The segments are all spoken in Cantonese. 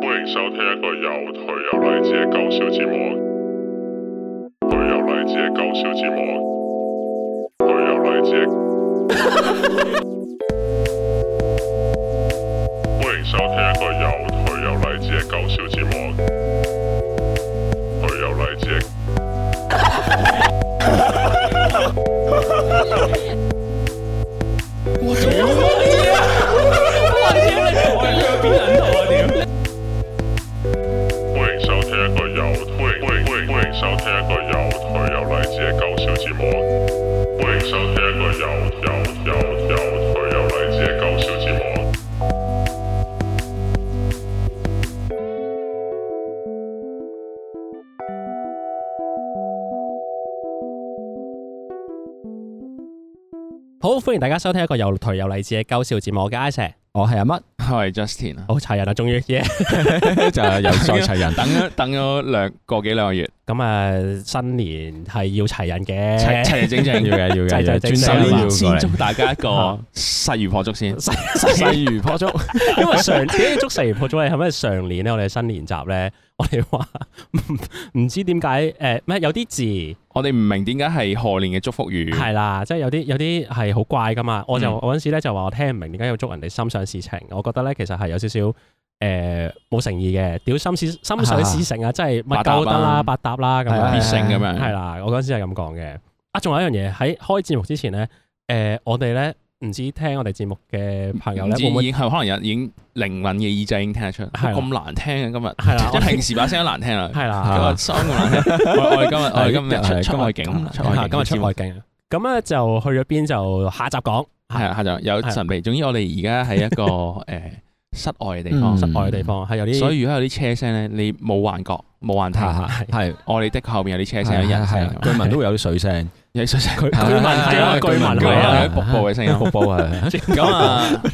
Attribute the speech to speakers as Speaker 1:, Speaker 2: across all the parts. Speaker 1: 歡迎收聽一個有頹有勵志嘅搞笑節目。頹有勵志嘅搞笑節目。頹有勵志嘅。 歡迎收聽一個有頹有勵志嘅搞笑節目。頹有勵志嘅。歡迎收聽一個有歡迎歡迎歡迎歡迎收聽一個有頹有勵志嘅搞笑節目。歡迎收聽一個有有有有頹有勵志嘅搞笑節目。
Speaker 2: 好，歡迎大家收聽一個又頹又勵志嘅搞笑節目我嘅 i s a
Speaker 3: 我係阿乜，我係
Speaker 2: ，
Speaker 3: Justin à. 啊
Speaker 2: 好齊人啊，終於嘢。
Speaker 3: 就又再齊人，等咗等咗兩個幾兩個月，
Speaker 2: 咁啊，新年係要齊人
Speaker 3: 齊
Speaker 2: 嘅，
Speaker 3: 齊整整
Speaker 2: 要
Speaker 3: 要
Speaker 2: 嘅要
Speaker 3: 嘅要
Speaker 2: 嘅要
Speaker 3: 嘅，
Speaker 2: 嘅
Speaker 3: 專
Speaker 2: 專
Speaker 3: 心
Speaker 2: 心
Speaker 3: 要
Speaker 2: 要
Speaker 3: 過
Speaker 2: 先
Speaker 3: 嚟
Speaker 2: 祝
Speaker 3: 大家一個勢如破竹先，
Speaker 2: 勢
Speaker 3: 勢如破竹，
Speaker 2: 因為上點解捉四年破咗你係咪上年咧？我哋新年集咧，我哋話唔唔知點解誒咩有啲字
Speaker 3: 我哋唔明點解係賀年嘅祝福語，
Speaker 2: 係啦，即係有啲有啲係好怪噶嘛。我就
Speaker 3: 嗯
Speaker 2: 我嗰陣時咧就話我聽唔明點解要捉人哋心想事成，我覺得咧其實係有少少。誒冇誠意嘅，屌心事心想事成 啊！真係乜
Speaker 3: 百搭啊
Speaker 2: 鳩得啦，百搭啦咁
Speaker 3: 係
Speaker 2: 樣
Speaker 3: 啊必勝咁
Speaker 2: 係
Speaker 3: 樣，
Speaker 2: 啦，我嗰陣時係咁講嘅。啊，仲有一樣嘢喺開節目之前咧，誒、我哋咧唔知聽我哋節目嘅朋友
Speaker 3: 唔
Speaker 2: 咧
Speaker 3: 知
Speaker 2: 會唔
Speaker 3: 已
Speaker 2: 會
Speaker 3: 經係可能有已經靈敏嘅耳仔已經聽得出，
Speaker 2: 係啦
Speaker 3: 咁難聽嘅今日，
Speaker 2: 係 啦
Speaker 3: 即係平時把聲都難聽啦，
Speaker 2: 係
Speaker 3: 今
Speaker 2: 啦
Speaker 3: 日，收咁難聽，我我哋今日我哋今日出出外景，出
Speaker 2: 係
Speaker 3: 外
Speaker 2: 啦
Speaker 3: 景
Speaker 2: 今日出外
Speaker 3: 節目
Speaker 2: 景，咁咧就去咗邊就下集講，
Speaker 3: 係啊，係就有神秘。總之我哋而家喺一個誒室外嘅地方，
Speaker 2: 室外嘅地方係有啲，
Speaker 3: 嗯所以如果有啲車聲咧，你冇幻覺，冇 幻聽。
Speaker 2: 係
Speaker 4: 係
Speaker 3: 我哋的確後面有啲車聲，有
Speaker 4: 係
Speaker 3: 人聲，
Speaker 4: 啊係，居民都會有啲水聲，
Speaker 3: 有水聲，
Speaker 2: 佢
Speaker 4: 係
Speaker 2: 居民係啊，
Speaker 3: 係
Speaker 2: 居
Speaker 3: 係
Speaker 2: 民係
Speaker 3: 係
Speaker 2: 啊
Speaker 3: 啊，有啲瀑布嘅聲音。
Speaker 4: 瀑布係
Speaker 3: 咁啊，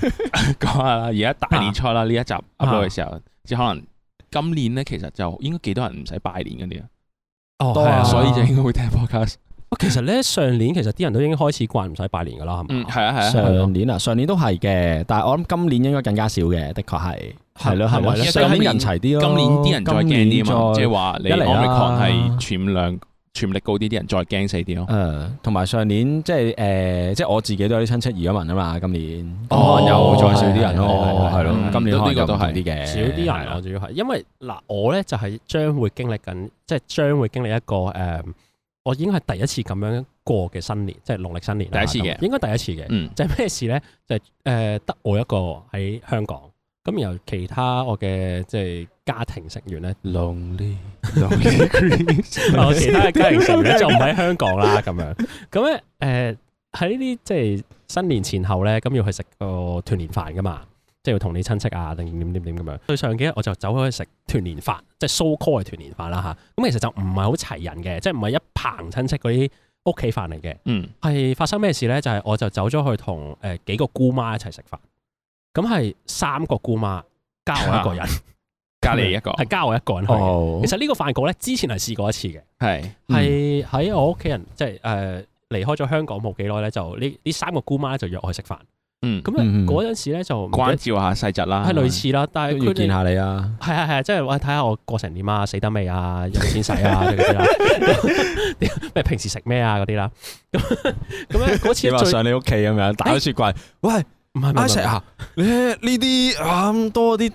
Speaker 3: 講下啦，而家大年初啦，呢一集 upload 嘅時候，即係可能今年咧，其實就應該幾多人唔使拜年嗰啲啊，
Speaker 2: 哦
Speaker 4: 多
Speaker 2: 係啊，
Speaker 4: 啊
Speaker 3: 所以就應該會聽 podcast。
Speaker 2: 哦其實咧上年其實啲人都已經開始慣唔使拜年噶啦，係
Speaker 3: 嗯，
Speaker 2: 嘛？
Speaker 3: 係啊，係啊。
Speaker 4: 上年啊，上年都係嘅，但係我諗今年應該更加少嘅，的確係係咯係
Speaker 3: 係
Speaker 4: 咯，
Speaker 3: 咪
Speaker 4: 上年人齊啲
Speaker 3: 今
Speaker 4: 咯，
Speaker 3: 年啲人再驚啲啊嘛，即係
Speaker 4: 係
Speaker 3: 話你
Speaker 4: 一嚟啦
Speaker 3: omicron 係傳量傳力高啲，啲人再驚死啲咯。
Speaker 4: 誒，同埋上年即係誒，即係我自己都有啲親戚移咗民啊嘛，今年
Speaker 3: 哦
Speaker 4: 可能又再少啲
Speaker 3: 係
Speaker 4: 人
Speaker 3: 係
Speaker 4: 咯
Speaker 3: 係，
Speaker 4: 係咯
Speaker 3: 嗯，
Speaker 4: 今年可能
Speaker 3: 呢個
Speaker 4: 又
Speaker 3: 都
Speaker 4: 都
Speaker 3: 係
Speaker 4: 係啲嘅，
Speaker 2: 少啲人我主要係，因為嗱我咧就係將會經歷緊，即係將會經歷一個誒、我已經係第一次咁樣過嘅新年，即係農曆新年啦。
Speaker 3: 第一次嘅
Speaker 2: 咁應該第一次嘅，
Speaker 3: 嗯，
Speaker 2: 就係咩事咧？就係誒得我一個喺香港，咁然後其他我嘅即係家庭成員咧，
Speaker 4: lonely
Speaker 2: 我其他嘅家庭成員咧就唔喺香港啦，咁樣咁咧誒喺呢啲即係新年前後咧，咁要去食個團年飯噶嘛，即係要同你親戚啊定點點點咁樣。對上幾日我就走咗去食團年飯，即係 so call 嘅團年飯啦吓。咁其實就唔係好齊人嘅，即係唔係一棚親戚嗰啲屋企飯嚟嘅。
Speaker 3: 嗯，
Speaker 2: 係發生咩事咧？就係、我就走咗去同誒幾個姑媽一齊食飯，咁係三個姑媽加我一個人，
Speaker 3: 隔離一個
Speaker 2: 係加我一個人去嘅。
Speaker 4: 哦
Speaker 2: 其，實呢個飯局咧，之前係試過一次嘅，
Speaker 3: 係嗯
Speaker 4: 嗯
Speaker 2: 係喺我屋企人即係誒離開咗香港冇幾耐咧，就呢呢三個姑媽咧就約我去食飯。
Speaker 3: 嗯，
Speaker 2: 咁
Speaker 4: 嗯
Speaker 2: 咧嗰陣時咧就唔記得
Speaker 3: 關照下細侄啦，
Speaker 2: 係類似啦，但
Speaker 4: 都
Speaker 2: 係
Speaker 4: 要
Speaker 2: 佢哋
Speaker 4: 見下你啊。
Speaker 2: 係啊係啊，即係我睇下我過成點啊，死得未啊，有冇錢使 啊嗰啲啦， 咩平時食咩啊嗰啲啦。咁咁咧嗰 次
Speaker 4: 你話
Speaker 2: 最
Speaker 4: 上你屋企咁樣打開雪櫃，喂。
Speaker 2: 唔係唔係
Speaker 4: 阿
Speaker 2: 唔
Speaker 4: 石
Speaker 2: 係。
Speaker 4: 啊，你呢啲啊咁多啲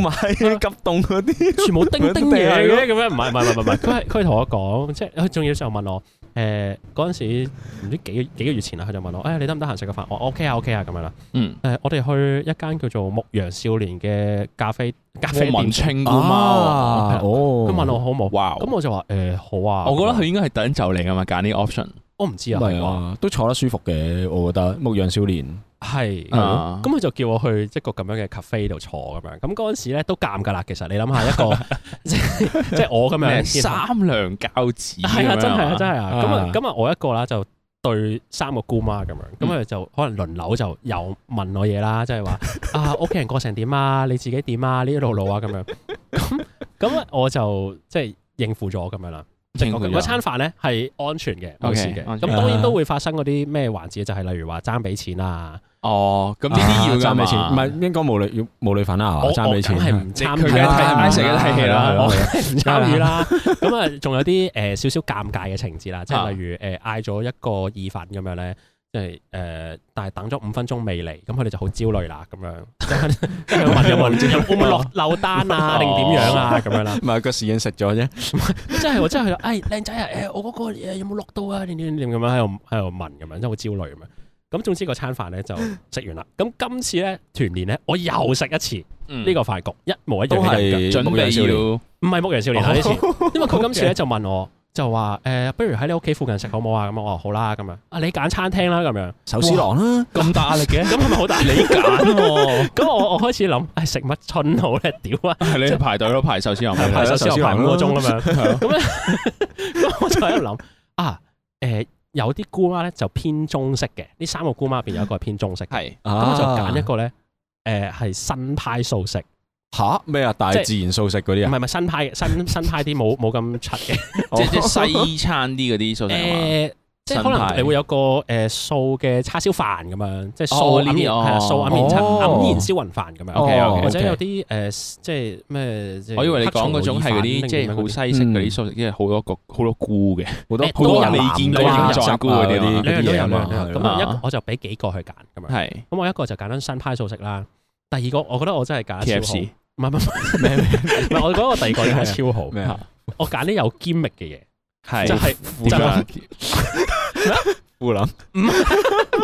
Speaker 4: 賣、急凍嗰啲，
Speaker 2: 全部叮叮嘢嘅 咁樣，唔係唔係唔係唔係，佢係佢係同我講，即係佢仲要就問我，誒嗰陣時唔知幾幾個月前啦，佢就問我，誒、哎你得唔得閒食個飯？我我 OK 啊 OK 啊咁樣啦，
Speaker 3: 嗯，
Speaker 2: 誒、我哋去一間叫做牧羊少年嘅咖啡咖啡店
Speaker 3: 汪文
Speaker 2: 食，
Speaker 3: 清姑媽喎，
Speaker 4: 哦，
Speaker 2: 佢問我好冇，
Speaker 3: 啊哇！
Speaker 2: 啊咁我就話誒、好啊，
Speaker 3: 我覺得佢應該係等就嚟噶嘛，揀呢個 option
Speaker 2: 我唔知啊，
Speaker 4: 係
Speaker 2: 係啊
Speaker 4: 啊，都坐得舒服嘅，我覺得牧羊少年
Speaker 2: 係。
Speaker 3: 啊
Speaker 2: 咁，佢就叫我去一個咁樣嘅 cafe 度坐咁樣，咁嗰陣時咧都尷㗎啦。其實你諗下一個即係即係我咁樣，
Speaker 3: 咩
Speaker 2: 然後
Speaker 3: 三娘教子
Speaker 2: 係啊，真係啊，真
Speaker 3: 係
Speaker 2: 係啊。咁啊
Speaker 4: 啊，
Speaker 2: 咁啊，我一個啦就對三個姑媽咁樣，咁佢就可能輪流就又問我嘢啦，即係 話啊屋企人過成點啊，你自己點啊，呢一路路啊咁樣。咁咁啊我就即係應付咗咁樣啦。即
Speaker 3: 啊
Speaker 2: 係嗰嗰餐飯咧係安全嘅，冇事嘅。
Speaker 3: OK，安
Speaker 2: 咁
Speaker 3: 全
Speaker 2: 當然
Speaker 4: 啊
Speaker 2: 都會發生嗰啲咩環節，就係例如話爭俾錢啊，
Speaker 3: 哦，咁呢啲要㗎嘛
Speaker 4: 啊讚美錢，唔係應該冇女要冇女粉 啦，係嘛
Speaker 2: 我
Speaker 4: 讚美錢
Speaker 2: 我梗係啊 唔參
Speaker 3: 你佢梗
Speaker 2: 與
Speaker 3: 係
Speaker 2: 啦
Speaker 3: 睇 Isaac 嘅睇戲啦
Speaker 4: 係
Speaker 2: 我
Speaker 4: 係
Speaker 2: 梗
Speaker 4: 係
Speaker 2: 係唔參與啦。咁啊，仲有啲誒少少尷尬嘅情節啦，即係例如誒嗌咗一個意粉咁樣咧。即係誒，但係等咗五分鐘未嚟，咁佢哋就好焦慮啦，咁 樣即係即係啊問一問，有冇落漏單啊，定點樣啊，咁樣 啦。
Speaker 4: 唔係個侍應食咗啫，
Speaker 2: 即係我真係去到，哎，靚仔啊，誒，我嗰個誒有冇落到啊？點點點咁樣喺度喺度問咁樣，真係好焦慮咁樣。咁總之個餐飯咧就食完啦。咁今次咧團年咧，我又食一次呢
Speaker 3: 嗯
Speaker 2: 個飯局，一模一樣
Speaker 4: 都
Speaker 2: 嘅人
Speaker 4: 係
Speaker 3: 準
Speaker 4: 牧羊少
Speaker 3: 備
Speaker 4: 年
Speaker 3: 要
Speaker 2: 唔係牧羊少年啊
Speaker 4: 哦
Speaker 2: 呢次，因為佢今次咧就問我，就話誒，不如喺你屋企附近食好唔好啊？咁我話好啦，咁樣啊，你揀餐廳啦，咁樣
Speaker 4: 手撕狼啦，
Speaker 3: 咁 大壓力啊嘅，
Speaker 2: 咁係咪好大？你
Speaker 3: 揀喎，
Speaker 2: 咁我我開始諗，唉，食乜春好咧？屌啊！
Speaker 3: 係你排隊咯，排壽司郎
Speaker 2: 係
Speaker 4: 排
Speaker 2: 排
Speaker 4: 啦
Speaker 2: 首先
Speaker 4: 壽司
Speaker 2: 排五
Speaker 4: 郎
Speaker 2: 個
Speaker 4: 啦
Speaker 2: 鐘 咁樣，咁咧咁我就喺度諗啊，誒有啲姑媽咧就偏中式嘅，呢三個姑媽入邊有一個係偏中式嘅，
Speaker 3: 係
Speaker 2: 咁
Speaker 4: 咁
Speaker 2: 我就揀一個咧，誒係新派素食，唔
Speaker 4: 吓咩啊？大
Speaker 2: 即係
Speaker 4: 自然素食嗰啲啊
Speaker 2: 係唔係新派嘅，新新派啲冇冇咁柒嘅，
Speaker 3: 即係即係西餐啲 嗰啲素食係嘛
Speaker 2: 哦誒即係可
Speaker 3: 新
Speaker 2: 能
Speaker 3: 派
Speaker 2: 你會有個誒素嘅叉燒飯咁樣，即係素
Speaker 3: 哦
Speaker 2: 呢
Speaker 3: 呢
Speaker 2: 啲
Speaker 3: 啲哦
Speaker 2: 係啊素黯然餐
Speaker 4: 哦
Speaker 2: 黯然銷魂飯咁樣，
Speaker 4: 어,
Speaker 3: OK，OK，OK
Speaker 2: 或者有啲誒即係咩？即係
Speaker 3: 我以為你
Speaker 2: 黑松
Speaker 3: 講
Speaker 2: 露
Speaker 3: 嗰種
Speaker 2: 意
Speaker 3: 係嗰
Speaker 2: 粉
Speaker 3: 啲
Speaker 2: 定
Speaker 3: 即
Speaker 2: 點
Speaker 3: 係
Speaker 2: 樣
Speaker 3: 好
Speaker 2: 嗰啲
Speaker 3: 西式
Speaker 2: 嗯
Speaker 3: 嗰啲素食，因為好多個好多菇嘅。
Speaker 4: 好
Speaker 2: 誒
Speaker 4: 多
Speaker 3: 네,
Speaker 4: 好
Speaker 2: 都
Speaker 4: 多
Speaker 2: 有
Speaker 4: 藍
Speaker 3: 你見過
Speaker 4: 藍
Speaker 3: 嘅
Speaker 4: 雜
Speaker 3: 撞菇
Speaker 4: 啊
Speaker 3: 嗰啲
Speaker 4: 嗰
Speaker 2: 兩樣
Speaker 4: 啲
Speaker 2: 都
Speaker 4: 嘢
Speaker 2: 有
Speaker 4: 啊
Speaker 2: 兩
Speaker 4: 嘛
Speaker 2: 樣，咁
Speaker 4: 係
Speaker 2: 我
Speaker 4: 啊
Speaker 2: 一
Speaker 3: 啊
Speaker 2: 個我就俾幾個去揀咁樣。
Speaker 3: 係
Speaker 2: 咁我一個就揀緊新派素食啦，第二個我覺得我真係揀得
Speaker 3: K F
Speaker 2: 超好，
Speaker 3: C
Speaker 2: 唔係唔係唔係唔係，我覺得我第二個揀得超 好，
Speaker 4: 咩啊？
Speaker 2: 我揀啲有堅力嘅嘢，
Speaker 3: 係
Speaker 2: 就係
Speaker 3: 就
Speaker 2: 係
Speaker 4: 烏林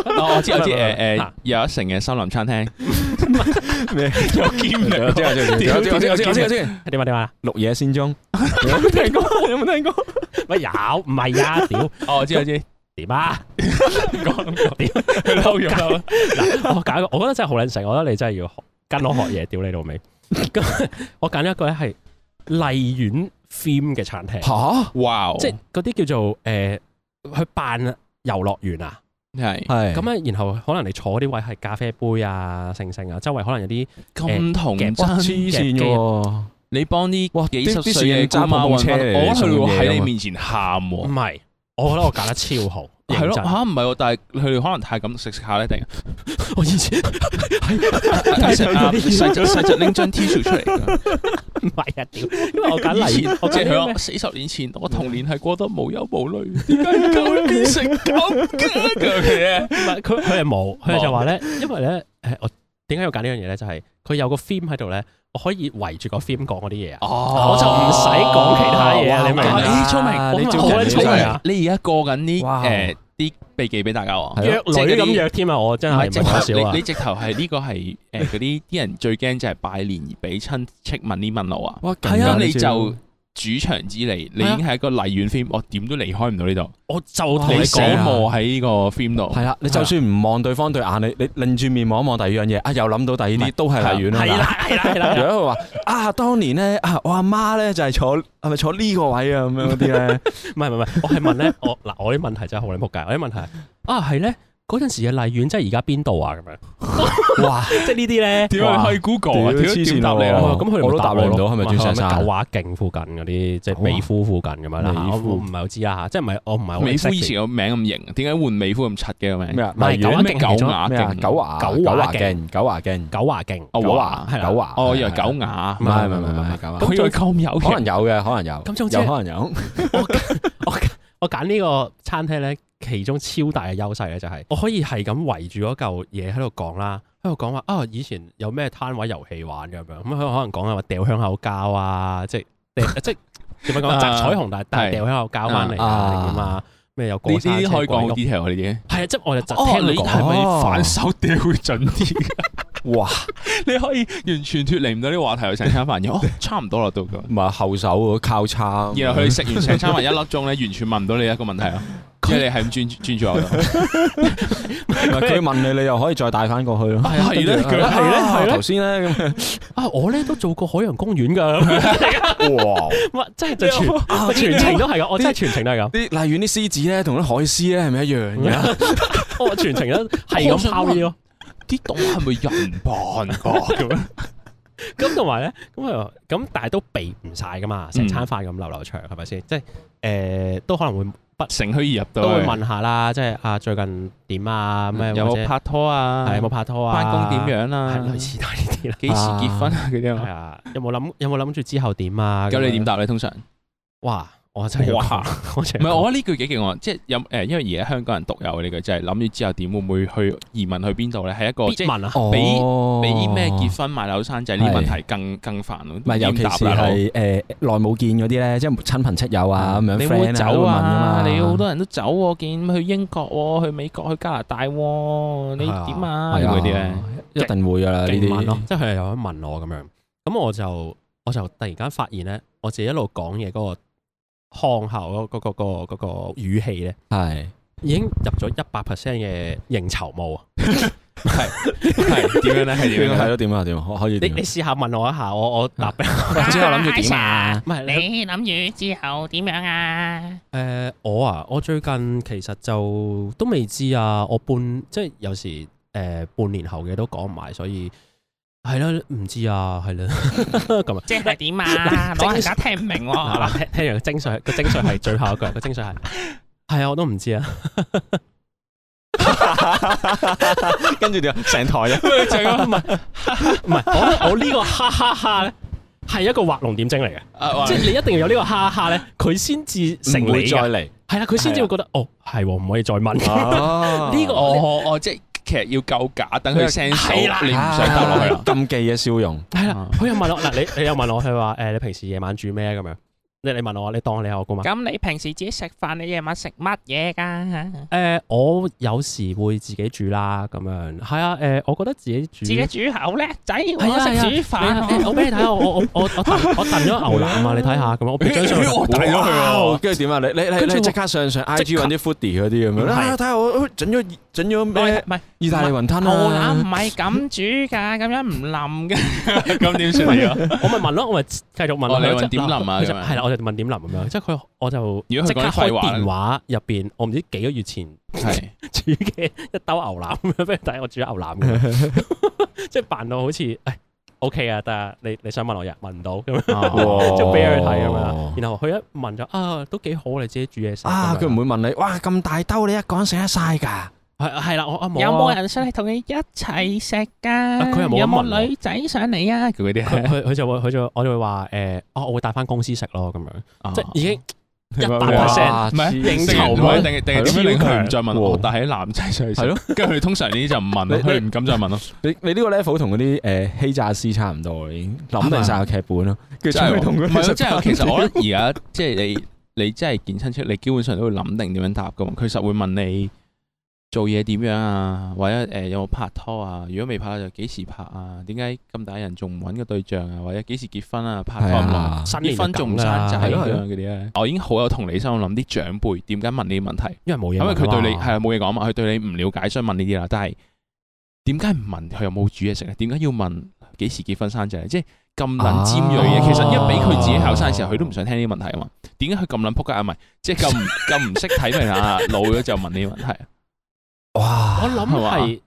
Speaker 3: 我知我知
Speaker 2: 唔係唔
Speaker 3: 誒
Speaker 2: 係
Speaker 3: 誒有一成嘅森林餐廳 有
Speaker 4: 咩？
Speaker 2: 네.
Speaker 3: 啊堅
Speaker 4: 我知我知我知我知我知我知我知我知，
Speaker 2: 點啊點啊，
Speaker 4: 綠野仙蹤
Speaker 2: 有冇聽過？有冇聽過？ 喂有唔係啊？屌
Speaker 3: 哦我知我知
Speaker 2: 點啊？
Speaker 3: 佢嬲咗啦
Speaker 2: 嗱，我揀一個，我覺得真係好撚食，我覺得你真係要學跟我學嘢，屌你老 味。咁我揀咗一個咧係麗苑 theme 嘅餐廳。
Speaker 4: 吓
Speaker 3: 哇
Speaker 2: 即係嗰啲叫做誒、去扮遊樂園啊，
Speaker 3: 係
Speaker 4: 係
Speaker 2: 咁咧，然後可能你坐嗰啲位係咖啡杯啊、盛盛啊，周圍可能有啲
Speaker 3: 咁童
Speaker 2: 夾
Speaker 4: 哇
Speaker 3: 真
Speaker 4: 黐線嘅喎，
Speaker 3: 你幫啲
Speaker 4: 哇
Speaker 3: 幾十
Speaker 4: 啲啲
Speaker 3: 歲嘅
Speaker 4: 攝影揸
Speaker 3: 姑媽
Speaker 4: 碰
Speaker 3: 揾
Speaker 4: 車
Speaker 3: 翻，
Speaker 4: 嚟
Speaker 3: 我覺得佢會喺你
Speaker 4: 送嘢㗎嘛
Speaker 3: 面前喊
Speaker 2: 唔
Speaker 3: 喎。
Speaker 2: 係，我覺得我揀得超好，
Speaker 3: 係
Speaker 2: 認
Speaker 3: 咯
Speaker 2: 真
Speaker 3: 嚇唔係喎，但係佢哋可能太咁食食下咧，突然
Speaker 2: 我以前
Speaker 3: 細侄啊細侄細侄拎張 T 恤出嚟㗎，
Speaker 2: 唔係啊，屌，因為我 揀
Speaker 3: 以 前
Speaker 2: 嚟，我
Speaker 3: 即
Speaker 2: 揀
Speaker 3: 係佢
Speaker 2: 啲
Speaker 3: 話
Speaker 2: 咩
Speaker 3: 四十年前，我童年係過得無憂無 慮，點解佢變成咁嘅佢咧？
Speaker 2: 唔係佢佢係冇，佢就
Speaker 3: 冇
Speaker 2: 話咧，因為咧誒，我點解要揀呢樣嘢咧？就係、佢有個 theme 喺度咧，我可以圍住個 theme 講嗰啲嘢啊。
Speaker 3: 哦
Speaker 2: 我就唔
Speaker 4: 아.
Speaker 2: 使講其他嘢啊你明唔明
Speaker 3: 咦
Speaker 2: 啊
Speaker 3: 聰明，
Speaker 2: 你
Speaker 3: 我
Speaker 2: 做
Speaker 3: 好
Speaker 2: 人
Speaker 3: 撚
Speaker 2: 真係啊
Speaker 3: 聰明。你而家過緊啲
Speaker 4: 哇
Speaker 3: 誒啲秘技俾大家喎。
Speaker 4: 係
Speaker 2: 約
Speaker 4: 咯
Speaker 2: 女咁約添啊！我真係唔
Speaker 3: 直
Speaker 2: 係講笑
Speaker 3: 頭
Speaker 2: 啊
Speaker 3: 你！你直頭係呢個係誒嗰啲啲人最驚就係拜年而俾親戚問呢問路啊！
Speaker 4: 哇
Speaker 2: 係啊
Speaker 3: 咁你就主場之利，你已經係一個麗苑 film，我點都離開唔到呢度。
Speaker 2: 我就同
Speaker 3: 你
Speaker 2: 你
Speaker 4: 死
Speaker 3: 講
Speaker 4: 啊
Speaker 2: 講，
Speaker 3: 冇喺呢個 film 度
Speaker 4: 哦係，啦，你就算唔望對方對眼，你你擰住面望一望第二樣嘢，啊又諗到第二啲都係麗苑啦。
Speaker 2: 係啦係啦係啦係
Speaker 4: 如
Speaker 2: 啦，
Speaker 4: 果佢話啊，當年咧啊，我阿媽咧就係坐係咪坐呢個位啊咁樣嗰啲 咧，
Speaker 2: 唔係唔係唔係，我係問咧，我嗱我啲問題真係好撚仆街，我啲問題係啊係咧。嗰陣時嘅麗苑即係而家邊度啊？咁樣，
Speaker 4: 哇！
Speaker 2: 即係呢啲咧，
Speaker 3: 點解你可以 Google 啊？
Speaker 4: 屌
Speaker 3: 點解
Speaker 4: 黐線
Speaker 3: 點答你
Speaker 4: 喎
Speaker 3: 啊？
Speaker 2: 哦咁佢哋咪
Speaker 4: 我都答你唔到係咪
Speaker 2: 咯
Speaker 4: 鑽石山
Speaker 2: 咪九華徑附近嗰啲，即係美孚附近咁樣啦。
Speaker 4: 美孚
Speaker 2: 我我唔係好知啦嚇，即係唔係我唔係好
Speaker 3: 美孚
Speaker 2: exactly
Speaker 3: 以前個名咁型，點解換美孚咁柒嘅個名？
Speaker 4: 咩啊？
Speaker 2: 唔係
Speaker 4: 麗苑
Speaker 2: 九華
Speaker 3: 咩
Speaker 2: 徑
Speaker 3: 九
Speaker 2: 咗
Speaker 3: 雅
Speaker 4: 咩啊？
Speaker 3: 徑
Speaker 4: 九華
Speaker 2: 九華
Speaker 4: 九華
Speaker 2: 徑
Speaker 4: 徑九華徑
Speaker 2: 九華徑。
Speaker 3: 哦
Speaker 4: 九華
Speaker 2: 係啦
Speaker 4: 九華，
Speaker 3: 哦，我以為
Speaker 4: 係
Speaker 3: 九
Speaker 4: 係
Speaker 3: 雅
Speaker 4: 唔，係唔係唔係唔係九華，
Speaker 3: 我以為咁有
Speaker 4: 可
Speaker 3: 型
Speaker 4: 能有嘅，可能有，
Speaker 2: 咁總之
Speaker 4: 有可能有。
Speaker 2: 我揀呢個餐廳咧，其中超大嘅優勢咧就係我可以係咁圍住嗰嚿嘢喺度講啦，喺度講話啊以前有咩攤位遊戲玩咁樣，咁佢可能講啊話掉香口膠啊，即係 掉即係點樣講
Speaker 3: 啊
Speaker 2: 摘彩虹，但係但係
Speaker 3: 係
Speaker 2: 掉香口膠翻嚟啊
Speaker 4: 啊
Speaker 2: 定點啊咩有
Speaker 3: 呢
Speaker 2: 過山
Speaker 3: 啲
Speaker 2: 車
Speaker 3: 可以講
Speaker 2: 鬼
Speaker 3: 好
Speaker 2: 屋
Speaker 3: detail 啊！呢啲
Speaker 2: 係啊，即係我就就聽你
Speaker 3: 你係
Speaker 2: 講，
Speaker 4: 哦
Speaker 3: 咪反手掉會準啲？
Speaker 4: 哇！
Speaker 3: 你可以完全脱離唔到呢個話題，去成餐飯嘢。 哦，差唔多啦，到咁。
Speaker 4: 唔係後手喎，靠 叉。
Speaker 3: 然後佢食完成餐飯一粒鐘咧，完全問唔到你一個問題咯，因為你係咁專專注我度。
Speaker 4: 唔係佢問你，你又可以再帶翻過去咯。
Speaker 2: 係啊
Speaker 3: 係咧
Speaker 2: 跟住
Speaker 3: 佢
Speaker 2: 啊係咧係
Speaker 4: 啊
Speaker 2: 咧
Speaker 4: 頭先咧咁
Speaker 2: 啊我咧都做過海洋公園㗎，
Speaker 4: 樣，哇！
Speaker 2: 哇真係就全
Speaker 4: 啊
Speaker 2: 全程都係咁，我真係全程都係咁。
Speaker 4: 啲麗苑啲獅子咧，同啲海獅咧係咪一樣嘅？
Speaker 2: 我哦全程都係咁拋嘢咯。
Speaker 3: 啲洞係咪人扮噶咁樣？
Speaker 2: 咁同埋咧，咁啊，
Speaker 3: 嗯
Speaker 2: 咁但係都避唔晒噶嘛，成餐飯咁流流長係咪先？即係誒、都可能會不
Speaker 3: 乘虛而入到
Speaker 2: 都會
Speaker 3: 去
Speaker 2: 問下啦，即係啊最近點啊咩，
Speaker 3: 嗯有
Speaker 2: 或者
Speaker 3: 冇拍拖啊，
Speaker 2: 係有冇拍拖啊，
Speaker 3: 翻工點樣啊
Speaker 2: 係，，類似都係呢啲 啦。
Speaker 3: 幾時結婚啊嗰啲
Speaker 2: 係
Speaker 3: 啊，
Speaker 2: 啊，有冇諗有冇諗住之後點啊？
Speaker 3: 咁你點
Speaker 2: 答？
Speaker 3: 答咧？通常
Speaker 2: 哇！我真係要
Speaker 3: 哇
Speaker 2: 講， 我真
Speaker 3: 唔
Speaker 2: 係
Speaker 3: 係
Speaker 2: 要
Speaker 3: 我覺得呢句幾勁喎，即係有誒，因為而家香港人獨有嘅呢句，就係諗住之後點會唔會去移民去邊度咧？係一個
Speaker 2: 講
Speaker 3: 即
Speaker 2: 必
Speaker 3: 係
Speaker 2: 問啊，
Speaker 3: 比
Speaker 4: 哦
Speaker 3: 比咩結婚買樓生仔呢啲
Speaker 4: 係
Speaker 3: 問題更更煩咯，
Speaker 4: 唔係，尤其
Speaker 3: 點答
Speaker 4: 是
Speaker 3: 啦好
Speaker 4: 係誒耐冇見嗰啲咧，即係親朋戚友啊咁樣
Speaker 3: 你
Speaker 4: friend
Speaker 3: 會
Speaker 4: 啊
Speaker 3: 走啊？
Speaker 4: 都會問㗎嘛
Speaker 3: 你好多人都走，我見去英國喎，去美國，去加拿大喎，你
Speaker 2: 係啊
Speaker 3: 點啊？
Speaker 4: 係
Speaker 3: 嗰
Speaker 4: 啊
Speaker 3: 啲咧，
Speaker 4: 一定會噶啦呢
Speaker 2: 勁問咯
Speaker 4: 啲，，
Speaker 2: 即係佢又有問我咁樣，咁我就我就突然間發現咧，我自己一路講嘢嗰個腔口嗰嗰個嗰個嗰個語氣咧，
Speaker 4: 係
Speaker 2: 已經入咗一百 percent 嘅應酬冇啊！
Speaker 3: 係點樣咧？係點樣
Speaker 4: 係
Speaker 3: 呢？
Speaker 4: 咯點啊點啊，可可以
Speaker 2: 你
Speaker 4: 點啊
Speaker 2: 你？試下問我一下，我我答俾
Speaker 4: 喂之後諗住點啊？
Speaker 2: 唔係你
Speaker 5: 你諗住之後點樣啊？
Speaker 2: 誒、我啊，我最近其實就都未知啊，我半即係有時誒、半年後嘅都講唔埋，所以係啦，唔知啊，係啦咁啊。
Speaker 5: 即係點啊？
Speaker 2: 嗱
Speaker 5: 老人家聽唔明
Speaker 2: 嗱
Speaker 5: 喎。
Speaker 2: 嗱聽聽完個精髓，個精髓係最後一句，個精髓係係啊，我都唔知啊，
Speaker 4: 跟住點啊？成台啊！
Speaker 2: 就咁唔 係唔係，我我呢個哈哈哈咧係一個畫龍點睛嚟嘅，
Speaker 3: 啊哇
Speaker 2: 即係你一定要有呢個哈哈咧，佢先至成
Speaker 4: 唔
Speaker 2: 你
Speaker 4: 會再
Speaker 2: 嘅，
Speaker 4: 嚟
Speaker 2: 係啦，佢先至會覺
Speaker 5: 啊
Speaker 2: 得哦係喎，唔可以再問
Speaker 4: 哦
Speaker 2: 呢個
Speaker 3: 哦哦，即係其實要夠假，等佢 sense
Speaker 2: 係啦
Speaker 3: 到你唔想答落去啦。
Speaker 4: 禁忌嘅笑容，
Speaker 2: 係啦
Speaker 3: 啊，
Speaker 2: 佢又問我嗱，你你又問我，佢話誒，你平時夜晚煮咩咁樣？你你問我，你當你係我姑媽。
Speaker 5: 咁你平時自己食飯，你夜晚食乜嘢㗎？
Speaker 2: 誒，我有時會自己煮啦，咁樣係啊。誒，我覺得自己煮
Speaker 5: 自己煮好叻仔，
Speaker 2: 係啊
Speaker 5: 我食煮
Speaker 2: 係啊誒
Speaker 5: 飯。
Speaker 2: 我俾你睇下，我我我我我 燉我燉咗牛腩啊，你睇下咁樣，我俾張相
Speaker 3: 我
Speaker 2: 佢。
Speaker 3: 睇咗佢
Speaker 4: 哇
Speaker 3: 喎，
Speaker 4: 跟住點啊？你你
Speaker 2: 跟
Speaker 4: 你
Speaker 2: 住
Speaker 4: 你
Speaker 2: 我
Speaker 4: 即刻上上 IG 揾啲 foodie 嗰啲咁樣
Speaker 2: 係
Speaker 4: 啊！睇下我整咗整咗
Speaker 5: 唔係
Speaker 4: 咩
Speaker 5: 唔係
Speaker 4: 意大利雲吞
Speaker 5: 牛腩唔
Speaker 4: 啊！
Speaker 5: 係咁煮㗎，咁樣唔淋嘅。
Speaker 3: 咁點算啊？
Speaker 2: 我咪問咯，我咪繼續問咯。
Speaker 3: 哦你
Speaker 2: 佢
Speaker 3: 問
Speaker 2: 就
Speaker 3: 點
Speaker 2: 嗱
Speaker 3: 淋啊
Speaker 2: 佢就
Speaker 3: 咁樣
Speaker 2: 係啦，我就問點淋咁樣。即係佢，我就
Speaker 3: 如果佢
Speaker 2: 即刻
Speaker 3: 講啲
Speaker 2: 開
Speaker 3: 廢話咧
Speaker 2: 電話入邊，我唔知幾個月前
Speaker 3: 係
Speaker 2: 煮嘅一兜牛腩 咁樣俾人睇，我煮咗牛腩咁樣， 即係扮到好似誒 O K 啊，得啊，你你想問我又問唔到咁樣，
Speaker 3: 哦
Speaker 4: 哇
Speaker 2: 就俾佢睇咁樣。然後佢一問就啊，都幾好你自己煮嘢食
Speaker 4: 啊！佢唔
Speaker 2: 會
Speaker 4: 會問你哇咁大兜，你一個人食得晒㗎？
Speaker 2: 係係啦，我啊冇啊
Speaker 5: 有冇人想嚟同你一齊食㗎？
Speaker 2: 佢又冇
Speaker 5: 有
Speaker 2: 咁問我
Speaker 5: 冇女仔上嚟啊？
Speaker 3: 佢嗰
Speaker 2: 佢
Speaker 3: 啲，
Speaker 2: 佢佢就會佢就我就會話誒，哦我會帶翻公司食咯咁樣，
Speaker 3: 哦
Speaker 4: Ờ.
Speaker 2: 即係已經一
Speaker 4: vâng,
Speaker 2: 百
Speaker 3: 哇
Speaker 2: percent
Speaker 4: 哇
Speaker 3: 唔係
Speaker 4: 黐
Speaker 2: 應酬
Speaker 4: 線
Speaker 2: 唔
Speaker 3: 唔
Speaker 2: 係
Speaker 3: 係，
Speaker 4: 啊
Speaker 3: 定係定係
Speaker 4: 係咯
Speaker 3: 超令佢唔再問我
Speaker 4: 哇，
Speaker 3: 但係男仔上去食
Speaker 4: 係咯，
Speaker 3: 跟住佢通常呢啲就唔問咯，
Speaker 4: 你
Speaker 3: 佢唔敢再問咯。
Speaker 4: 你你呢個 level 同嗰啲誒欺詐師差唔多，已經諗定晒個劇本咯，跟住
Speaker 3: 真
Speaker 4: 出
Speaker 3: 係
Speaker 4: 去同
Speaker 3: 喎
Speaker 4: 佢
Speaker 3: 唔係
Speaker 4: 哋食
Speaker 3: 咯，
Speaker 4: 飯
Speaker 3: 即係其實我覺得而家即係你你真係見親戚，你基本上都會諗定點樣答噶嘛。佢實會問你做嘢點樣啊，或者誒有冇拍拖啊？如果未拍拖就幾時拍啊？點解咁大人仲唔揾個對象啊？或者幾時結婚啊？拍拖
Speaker 4: 係
Speaker 3: 咁耐，
Speaker 4: 啊，
Speaker 2: 新年
Speaker 3: 結婚仲唔生仔
Speaker 2: 就
Speaker 3: 咁
Speaker 2: 係咯，
Speaker 4: 咯係
Speaker 3: 樣嗰啲咧？我已經好有同理心，我諗啲長輩點解問呢啲問題？
Speaker 2: 因為冇嘢問啊
Speaker 3: 因
Speaker 2: 嘛，
Speaker 3: 為佢對你係啊冇嘢講嘛，佢對你唔了解，所以問呢啲啦。但係點解唔問佢有冇煮嘢食咧？點解要問幾時結婚生仔咧？即係咁撚尖鋭嘅。
Speaker 4: 啊
Speaker 3: 其實因為俾佢自己後生嘅時候，佢都唔想聽呢啲問題啊嘛。點解佢咁撚撲街啊？唔係，即係咁唔咁唔識睇明啊？ 老咗就問呢啲問題。
Speaker 4: 哇！
Speaker 2: 我諗
Speaker 3: 係嘛
Speaker 2: 係，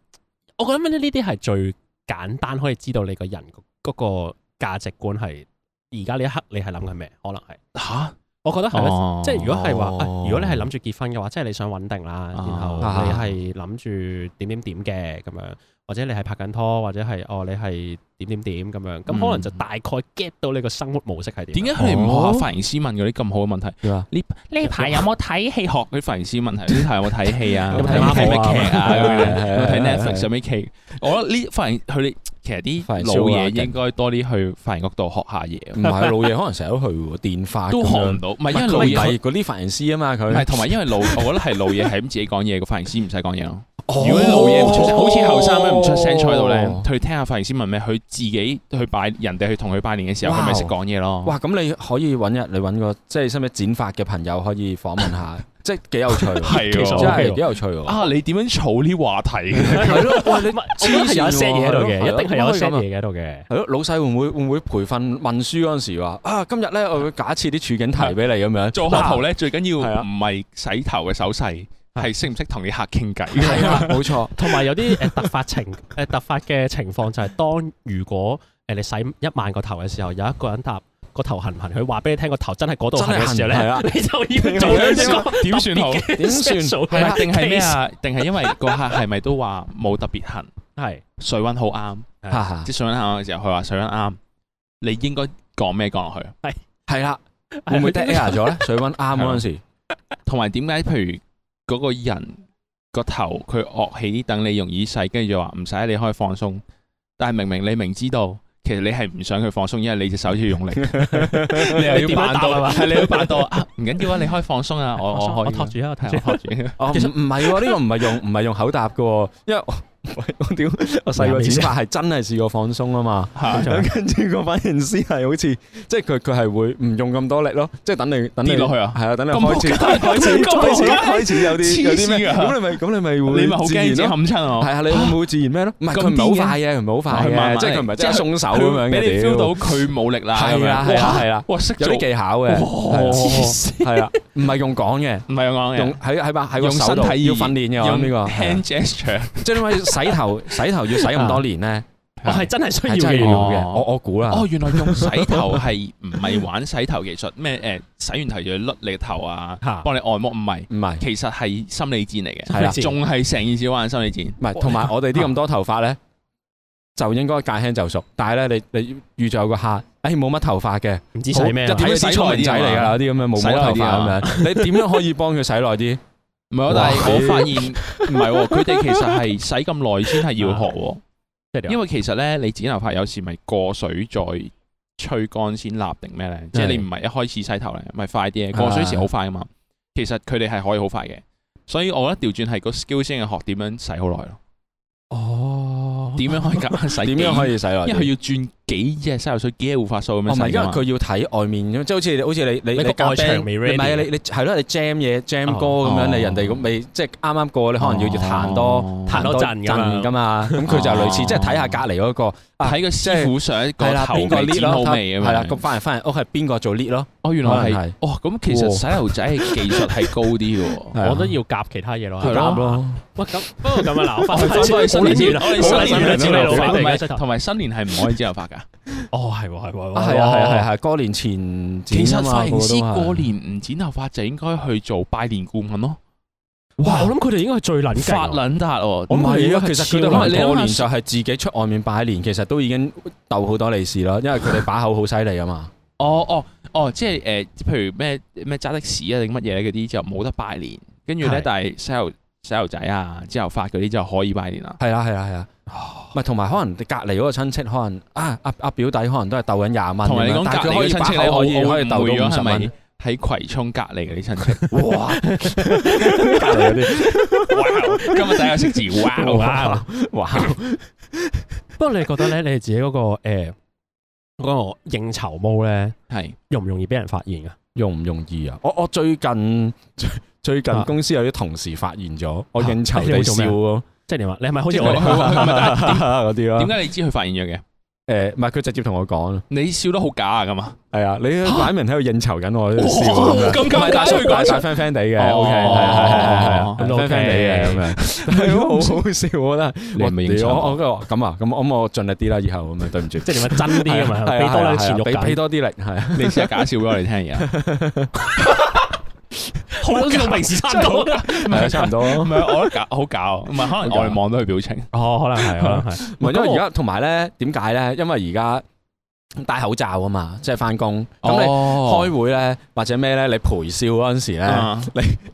Speaker 2: 我覺得呢啲係最簡單可以知道你個人嗰個價值觀係而家呢一刻你係諗緊咩？可能係，
Speaker 3: 嚇，
Speaker 2: 我覺得係咯。即係如果係話，啊
Speaker 4: 哦
Speaker 2: 如果你係諗住結婚嘅話，即係你想穩定啦，然後
Speaker 4: 啊
Speaker 2: 你係諗住點點點嘅咁樣，或者你係拍緊拖，或者係哦你係點點點咁樣，咁
Speaker 3: 嗯
Speaker 2: 可能就大概 get 到你個生活模式係
Speaker 3: 點
Speaker 2: 點。
Speaker 3: 解佢哋唔學下髮型師問嗰啲咁好嘅問題？
Speaker 4: 點啊
Speaker 5: 呢排有冇睇戲？
Speaker 3: 學嗰啲髮型師問題，呢排有冇睇戲
Speaker 4: À,
Speaker 3: 啊？
Speaker 2: 有冇睇
Speaker 3: 有冇睇咩
Speaker 2: Marvel 啊
Speaker 3: 劇啊？
Speaker 4: 係
Speaker 3: 有
Speaker 4: 係係係
Speaker 3: 冇睇
Speaker 4: 係
Speaker 3: à, Netflix 有咩劇？我覺得呢髮型佢哋其實
Speaker 4: 髮
Speaker 3: 啲
Speaker 4: 型
Speaker 3: 老
Speaker 4: show 啊
Speaker 3: 嘢
Speaker 4: 勁
Speaker 3: 應該多啲去髮型屋度學下嘢。
Speaker 4: 唔係老嘢，可能成日都去喎，電化
Speaker 3: 都
Speaker 4: 咁
Speaker 3: 學
Speaker 4: 樣
Speaker 3: 唔到，唔
Speaker 4: 唔
Speaker 3: 係因為老
Speaker 4: 佢唔
Speaker 3: 嘢，
Speaker 4: 係嗰啲髮型師啊嘛，
Speaker 3: 唔
Speaker 4: 佢
Speaker 3: 係同埋因為老，我覺得係老嘢係咁自己講嘢，個髮型師唔使講嘢咯。
Speaker 4: 哦
Speaker 3: 如果老嘢唔出聲，好似後生咁唔出聲坐喺度咧，佢聽下髮型師問咩，佢自己去拜人哋去同佢拜年嘅時候，
Speaker 4: 哇
Speaker 3: 佢咪識講嘢咯。
Speaker 4: 哇！咁你可以揾日你揾個即係使唔使剪髮嘅朋友可以訪問下，即係幾有趣喎，
Speaker 3: 係
Speaker 2: 其
Speaker 3: 喎
Speaker 2: 實
Speaker 4: 真係幾有趣 喎。
Speaker 3: 啊，你點樣儲呢話題嘅？
Speaker 4: 係 咯，喂你
Speaker 2: 我覺得係有一 set 嘢喺度嘅，
Speaker 4: 係咯
Speaker 2: 一定係有一 set
Speaker 4: 咁啊
Speaker 2: 嘢喺度嘅。
Speaker 4: 係咯，老細會唔會會唔會培訓問書嗰陣時話啊？今日咧我會假設啲處境題俾你咁 樣，
Speaker 3: 做學徒咧，最緊
Speaker 4: 係
Speaker 3: 要
Speaker 4: 啊
Speaker 3: 唔係洗頭嘅手勢，係識唔識同啲客傾偈。
Speaker 4: 係啦，冇錯，
Speaker 2: 同埋有啲誒突發情誒突發嘅情況就係當如果誒你洗一萬個頭嘅時候，有一個人答個頭痕唔痕，佢話俾你聽個頭真係嗰度痕
Speaker 4: 真係
Speaker 2: 嘅時候
Speaker 4: 痕係
Speaker 2: 咧
Speaker 4: 啊，
Speaker 2: 你就要做呢一個
Speaker 3: 點算好？
Speaker 4: 點算
Speaker 3: 係啊
Speaker 2: 係
Speaker 3: 定係咩？啊？定係因為個客係咪都話冇特別痕，
Speaker 2: 係
Speaker 3: 水温好啱，
Speaker 4: 哈哈
Speaker 3: 即係水温啱嘅時候，佢話水温啱，你應該講咩講落去？
Speaker 4: 係啦，會唔會 dead air 咗咧？水温啱嗰陣時，
Speaker 3: 同埋點解譬如嗰個人個頭佢惡起，等你容易細，跟住就話唔使，你可以放鬆。但係明明你明知道，其實你係唔想佢放鬆，因為你隻手要用力，
Speaker 2: 你
Speaker 3: 你又
Speaker 2: 點樣
Speaker 3: 要扮
Speaker 2: 答啊
Speaker 3: 到，
Speaker 2: 嘛
Speaker 3: 係你要扮到啊唔緊要啊，你可以放鬆啊，我我可
Speaker 2: 我
Speaker 3: 以
Speaker 2: 托住啊，我托
Speaker 3: 係
Speaker 2: 住
Speaker 3: 我。托住。
Speaker 4: 哦，唔唔係喎，呢個唔係用 唔係用口答嘅喎，因為我 我屌我細個剪髮係真係試過放鬆啊嘛。
Speaker 3: 嚇
Speaker 4: 咁跟住個髮型師係好似，即係佢佢係會唔用咁多力咯，即係等你等你
Speaker 3: 跌落去啊
Speaker 4: 係啊，等你
Speaker 3: 咁
Speaker 4: 開始開始
Speaker 3: 咁
Speaker 4: 開始
Speaker 3: 仆街
Speaker 4: 開始有啲有啲咩，
Speaker 3: 黐線㗎
Speaker 4: 咁你咪 咁你咪會
Speaker 3: 你咪好
Speaker 4: 自
Speaker 3: 驚
Speaker 4: 然
Speaker 3: 自己
Speaker 4: 咯，
Speaker 3: 冚親我
Speaker 4: 係。啊，你會唔會自然咩咯？唔係
Speaker 3: 咁
Speaker 4: 佢唔係
Speaker 3: 癲嘅
Speaker 4: 好快嘅，佢唔係好快
Speaker 3: 佢慢慢
Speaker 4: 嘅，即係佢唔係即係鬆手咁樣嘅，
Speaker 3: 俾你
Speaker 4: 屌
Speaker 3: feel 到佢冇力啦，
Speaker 4: 係啊
Speaker 3: 咁樣
Speaker 4: 係啊
Speaker 3: 哇
Speaker 4: 係啊
Speaker 3: 哇識
Speaker 4: 有啲技巧嘅，
Speaker 3: 哇黐線
Speaker 4: 係啊，唔係用講嘅。
Speaker 3: 唔係用講嘅，
Speaker 4: 用喺喺把喺個
Speaker 3: 用
Speaker 4: 手
Speaker 3: 身
Speaker 4: 度
Speaker 3: 體
Speaker 4: 要訓練嘅，我諗呢個係啊
Speaker 3: hand gesture，
Speaker 4: 即係點解洗 頭洗頭要洗咁多年
Speaker 3: 啊
Speaker 4: 咧？
Speaker 2: 我係真係需要
Speaker 4: 係真係要
Speaker 2: 嘅。
Speaker 4: 嘅，
Speaker 3: 哦
Speaker 4: 我我估啦。
Speaker 3: 哦，原來用洗頭係唔係玩洗頭技術？咩誒洗完頭就要甩你頭啊，
Speaker 2: 嚇
Speaker 3: 幫你按摩？唔係，
Speaker 4: 唔係
Speaker 3: 其實係心理戰嚟
Speaker 4: 係啦
Speaker 3: 嘅，仲係啊成件事玩心理戰。
Speaker 4: 唔係，同埋我哋啲咁多頭髮咧，就應該戒輕就熟。但係咧，你你遇咗有個客，誒冇乜頭髮嘅，
Speaker 2: 唔知使咩
Speaker 4: 好
Speaker 2: 啊
Speaker 4: 一？點
Speaker 3: 睇
Speaker 4: 洗
Speaker 3: 洗
Speaker 4: 聰明仔嚟㗎啦，啲咁樣冇
Speaker 3: 洗
Speaker 4: 冇
Speaker 3: 耐
Speaker 4: 頭髮
Speaker 3: 啲啊
Speaker 4: 咁樣，你點樣可以幫佢洗耐啲？
Speaker 3: 唔係喎，但係我發現唔係喎，佢哋其實係洗咁耐先係要學喎，因為其實咧你剪頭髮有時咪過水再吹乾先立定咩咧？即係你唔係一開始洗頭咧，咪快啲嘅，過水時好快噶嘛。其實佢哋係可以好快嘅，所以我覺得調轉係個 skill 先係學點樣洗好耐咯。
Speaker 2: 哦，
Speaker 3: 點樣可以夾硬洗？
Speaker 4: 點樣可？以洗耐啲？
Speaker 3: 因為佢要轉幾隻洗頭水、幾隻護髮素咁樣
Speaker 4: 哦唔
Speaker 3: 洗
Speaker 4: 係，因為
Speaker 3: 㗎嘛
Speaker 4: 佢要睇外面咁，即係好似好似你你
Speaker 2: 你個
Speaker 4: 夾
Speaker 2: 外牆
Speaker 4: band，
Speaker 2: 未
Speaker 4: 唔係啊
Speaker 2: ready
Speaker 4: 你你係咯，你 jam 嘢 jam 歌咁
Speaker 3: 哦
Speaker 4: 樣，你人哋咁未即係啱啱過，你可能要要彈多
Speaker 3: 哦
Speaker 2: 彈多陣㗎嘛
Speaker 4: 㗎嘛，咁佢就類似
Speaker 3: 哦
Speaker 4: 即係睇下隔離嗰個啊
Speaker 3: 睇個師傅上一
Speaker 4: 係
Speaker 3: 個
Speaker 4: 啦，
Speaker 3: 頭
Speaker 4: 邊個
Speaker 3: 嘅
Speaker 4: lead
Speaker 3: 剪好
Speaker 4: 咯，
Speaker 3: 味咁
Speaker 4: 係啦，咁
Speaker 3: 樣。
Speaker 4: 翻嚟翻嚟屋係邊個做 lead 咯？
Speaker 3: 哦，原來
Speaker 4: 可能
Speaker 3: 係
Speaker 4: 係
Speaker 3: 哦，咁其實
Speaker 4: 哇
Speaker 3: 洗頭仔嘅技術係高啲嘅喎。
Speaker 2: 我都要夾其他嘢咯。
Speaker 3: 係咯
Speaker 4: 夾咯。
Speaker 2: 喂，咁不過咁啊，嗱，我翻
Speaker 3: 我
Speaker 2: 返
Speaker 3: 哋新年
Speaker 2: 好
Speaker 3: 我
Speaker 2: 撚
Speaker 3: 哋新
Speaker 2: 遠啦
Speaker 3: 年
Speaker 2: 知你老闆
Speaker 3: 同
Speaker 2: 嚟
Speaker 3: 埋
Speaker 2: 嘅
Speaker 3: 同埋新年係唔可以剪頭髮㗎。
Speaker 2: 哦，係喎，係喎，
Speaker 4: 啊，係啊，係啊，係啊，過年前
Speaker 3: 其
Speaker 4: 剪啊
Speaker 3: 實
Speaker 4: 嘛
Speaker 3: 髮型師
Speaker 4: 個個都
Speaker 3: 過
Speaker 4: 係
Speaker 3: 年唔剪頭髮就應該去做拜年顧問咯，
Speaker 2: 哇！我諗佢哋應該係最撚勁
Speaker 3: 發
Speaker 2: 喎。
Speaker 3: 撚達喎。
Speaker 4: 唔係啊，其實佢哋可
Speaker 3: 你
Speaker 4: 能
Speaker 3: 諗
Speaker 4: 過年
Speaker 3: 下
Speaker 4: 就係自己出外面拜年，其實都已經鬥好多利是啦，因為佢哋把口好犀利啊嘛。
Speaker 3: 哦哦哦，即係誒、呃譬如咩咩揸的士啊定乜嘢咧，嗰啲就冇得拜年。跟住
Speaker 2: 係
Speaker 3: 咧，但係細路細路仔啊、之後發嗰啲就可以拜年啦。
Speaker 4: 係啦，係啦，係
Speaker 3: 啊
Speaker 4: 啦。咪同埋可能隔離嗰個親戚，可能啊阿阿表弟可能都係鬥緊廿蚊咁樣，
Speaker 3: 同埋你講
Speaker 4: 但係
Speaker 3: 隔
Speaker 4: 佢
Speaker 3: 離
Speaker 4: 可以
Speaker 3: 嗰啲親戚，
Speaker 4: 把
Speaker 3: 你
Speaker 4: 口
Speaker 3: 我
Speaker 4: 可以
Speaker 3: 我誤
Speaker 4: 可以
Speaker 3: 會
Speaker 4: 鬥到
Speaker 3: 咗
Speaker 4: 五
Speaker 3: 係
Speaker 4: 十
Speaker 3: 咪
Speaker 4: 蚊。
Speaker 3: 喺葵涌隔離嗰啲親戚？
Speaker 4: 哇！隔離嗰啲
Speaker 3: 哇！今日大家識字，哇！
Speaker 2: 哇！
Speaker 4: 哇，
Speaker 2: 不過你覺得咧，你哋自己嗰個誒嗰個應酬毛咧，
Speaker 3: 係
Speaker 2: 容唔容易俾人發現啊？
Speaker 4: 容唔容易啊？我我最近 最最近
Speaker 2: 啊
Speaker 4: 公司有啲同事發現咗，我
Speaker 2: 啊
Speaker 4: 應酬
Speaker 2: 你會
Speaker 4: 地
Speaker 2: 做
Speaker 4: 笑
Speaker 2: 咩啊
Speaker 4: 咯，啊
Speaker 2: 即係點啊？你係咪好似
Speaker 3: 即係你
Speaker 2: 我？
Speaker 4: 嗰啲咯
Speaker 3: 啊點。解你知佢發現咗嘅？
Speaker 4: 誒，唔係佢直接同我講咯。
Speaker 3: 你笑得好假啊，咁啊！
Speaker 4: 係啊，你擺明喺度應酬緊我，喺度笑咁樣。
Speaker 3: 哦咁
Speaker 4: 唔係
Speaker 3: 咁
Speaker 4: 大
Speaker 3: 假
Speaker 4: 叔
Speaker 3: 佢
Speaker 4: 大
Speaker 3: 講
Speaker 4: 大 friend friend 地嘅
Speaker 3: 哦
Speaker 4: ，OK，係係係係
Speaker 3: 哦
Speaker 4: 係 friend friend 地嘅咁樣，係咯，好好笑，我覺得。
Speaker 3: 你係咪應酬
Speaker 4: 我我我咁啊，咁咁我盡力啲啦，以後咁樣對唔住。
Speaker 2: 即係點啊？真啲啊嘛，
Speaker 4: 係
Speaker 2: 俾
Speaker 4: 啊
Speaker 2: 多
Speaker 4: 係啊
Speaker 2: 兩錢肉
Speaker 4: 俾俾
Speaker 2: 緊，
Speaker 4: 多啲力，係啊。
Speaker 3: 你試下假笑俾我哋聽而家。
Speaker 2: 好似同平時差唔多。
Speaker 4: 係啊差唔多。
Speaker 3: 唔
Speaker 4: 唔
Speaker 3: 係，我覺得假好假喎，唔係可能我哋望到佢表情。
Speaker 2: 哦，可能係，可能係。
Speaker 4: 係因為而家同埋咧，點解咧？因為而家戴口罩啊嘛，即係翻工。咁你
Speaker 3: 開
Speaker 4: 開會咧，或者咩咧？你陪笑嗰陣時咧。
Speaker 3: 啊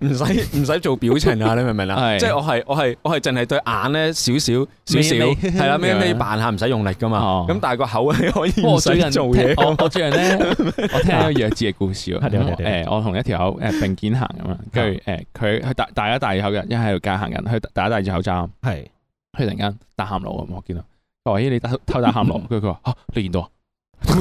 Speaker 4: 唔使唔使做表情啊！你明唔明啊？
Speaker 3: 係
Speaker 4: 即係我係我係我係淨係對眼咧少少少少
Speaker 3: 眯眯
Speaker 4: 係啦，咩
Speaker 3: 咁
Speaker 4: 咩
Speaker 3: 樣
Speaker 4: 扮下唔使用力噶嘛
Speaker 3: 哦。
Speaker 4: 咁但係個口係可以
Speaker 3: 不過
Speaker 4: 唔
Speaker 3: 我最
Speaker 4: 使
Speaker 3: 近
Speaker 4: 做
Speaker 3: 聽
Speaker 4: 嘢㗎
Speaker 3: 我
Speaker 4: 嘛。
Speaker 3: 我最 近咧，我聽咗弱智嘅故事喎。
Speaker 2: 係點啊啊點啊點啊
Speaker 3: 誒，我同一條友誒並肩行咁樣，跟住誒佢佢大大家戴住口罩，一喺條街行緊，佢大家戴住口罩，
Speaker 2: 係
Speaker 3: 佢突然間打喊路咁，我見到佢話：咦，你打偷打喊路？ 跟住佢話：嚇，你見到啊？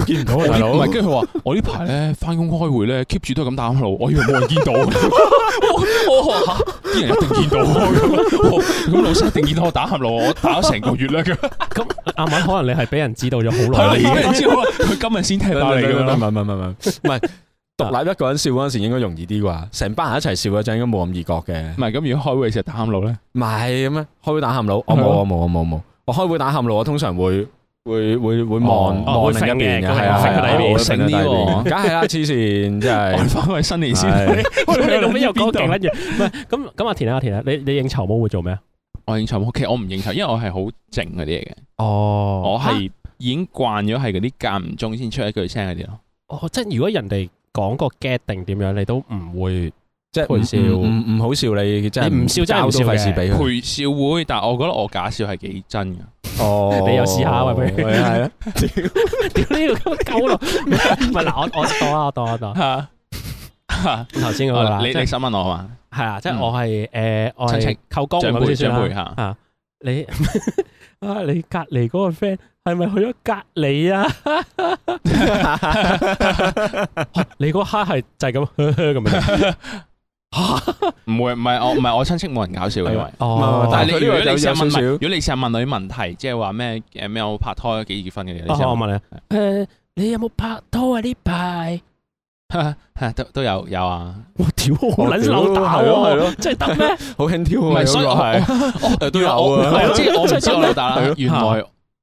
Speaker 2: 見唔到
Speaker 3: 我呢唔係，跟住佢話：我呢排咧翻工開會咧，keep 住都係咁打喊路，我以為冇人 見到。我我嚇啲人一定見到啊我，咁老師一定見到我打喊路，我打咗成個月啦。佢
Speaker 2: 阿敏，可能你係俾人知道咗好耐啦，
Speaker 3: 係
Speaker 2: 已
Speaker 3: 啦，
Speaker 2: 經
Speaker 3: 你知道啦啊佢今日先踢爆
Speaker 4: 唔
Speaker 3: 你
Speaker 4: 係
Speaker 3: 咁樣
Speaker 4: 唔
Speaker 3: 啦。
Speaker 4: 係唔係唔係唔係唔係獨立一個人笑嗰陣時應該容易啲啩，成班人一齊笑嗰陣應該冇咁易覺嘅
Speaker 3: 唔。係咁，如果開會嘅時候打喊路咧，
Speaker 4: 唔係咁樣，開會打喊路，我
Speaker 3: 係
Speaker 4: 冇
Speaker 3: 咯
Speaker 4: 我冇我冇冇。我開會打喊路，我通常會會會會
Speaker 2: 哦
Speaker 4: 望
Speaker 2: 哦會
Speaker 4: 望另一
Speaker 2: 揈
Speaker 4: 面
Speaker 2: 嘅
Speaker 4: 嘅，
Speaker 2: 佢
Speaker 4: 係
Speaker 2: 係
Speaker 4: 啊
Speaker 2: 揈
Speaker 4: 係
Speaker 2: 個
Speaker 4: 啊
Speaker 2: 底面，
Speaker 4: 我會
Speaker 3: 醒
Speaker 4: 揈個底
Speaker 3: 啲喎
Speaker 4: 面梗係啦，黐線真係
Speaker 3: 揾翻位新年先。
Speaker 4: 係
Speaker 2: 咁你做咩又
Speaker 3: 邊
Speaker 2: 講
Speaker 3: 度
Speaker 2: 勁甩嘢？唔係咁咁阿田啊阿田啊，你你應酬冇會做咩啊？
Speaker 3: 我應酬冇，其實我唔應酬，因為我係好靜嗰啲嚟嘅，
Speaker 2: 哦
Speaker 3: 我係已經慣咗係嗰啲間唔中先出一句聲嗰啲咯。
Speaker 2: 哦，即係如果人哋講個 get 定點樣，你都唔會
Speaker 4: 即係
Speaker 2: 陪
Speaker 4: 唔
Speaker 2: 笑
Speaker 4: 唔唔唔好笑你，真係
Speaker 2: 你唔笑真係唔笑
Speaker 4: 交都費事
Speaker 2: 嘅
Speaker 4: 俾佢。
Speaker 3: 陪笑會，但我覺得我假笑係幾真嘅。
Speaker 4: 哦
Speaker 2: 你又試下喂不如
Speaker 4: 係啊係啊
Speaker 2: 屌呢個鳩咯。唔係嗱，我我當啊，我當我當
Speaker 3: 嚇
Speaker 2: 頭先嗰個啦，
Speaker 3: 你
Speaker 2: 哦即係
Speaker 3: 你想問我係嘛？
Speaker 2: 係啊，即
Speaker 3: 嗯
Speaker 2: 係我係誒我
Speaker 3: 親戚
Speaker 2: 係舅公
Speaker 3: 長
Speaker 2: 咁先
Speaker 3: 輩長
Speaker 2: 算
Speaker 3: 輩
Speaker 2: 啦。
Speaker 3: 嚇，
Speaker 2: 你 啊，你隔離嗰個 friend 係咪去咗隔離啊？你嗰刻係就係咁咁 樣。
Speaker 3: 唔會唔係我唔係我親戚冇人搞笑嘅，因為。
Speaker 2: 哦
Speaker 4: 唔係唔係但
Speaker 3: 但係
Speaker 4: 係佢
Speaker 3: 你如
Speaker 4: 呢個
Speaker 3: 果
Speaker 4: 有
Speaker 3: 你成日問
Speaker 4: 有少
Speaker 3: 問
Speaker 4: 少
Speaker 3: 如果你成日問女問題，即係話咩誒咩我拍拖幾結婚嘅，你
Speaker 2: 啊
Speaker 3: 成日
Speaker 2: 我
Speaker 3: 問
Speaker 2: 問你，誒，你有冇拍拖啊？呢排？
Speaker 3: 都都有有啊，
Speaker 2: 我屌，好撚
Speaker 4: 屌
Speaker 2: 扭打
Speaker 4: 係咯係
Speaker 2: 喎
Speaker 4: 咯，
Speaker 2: 真係得咩？
Speaker 4: 好輕佻
Speaker 3: 唔
Speaker 4: 啊，
Speaker 3: 係所以我
Speaker 4: 係
Speaker 3: 哦
Speaker 4: 都有啊
Speaker 3: 原來我即係我唔知我嬲打
Speaker 4: 係
Speaker 3: 啦
Speaker 4: 咯，
Speaker 3: 原來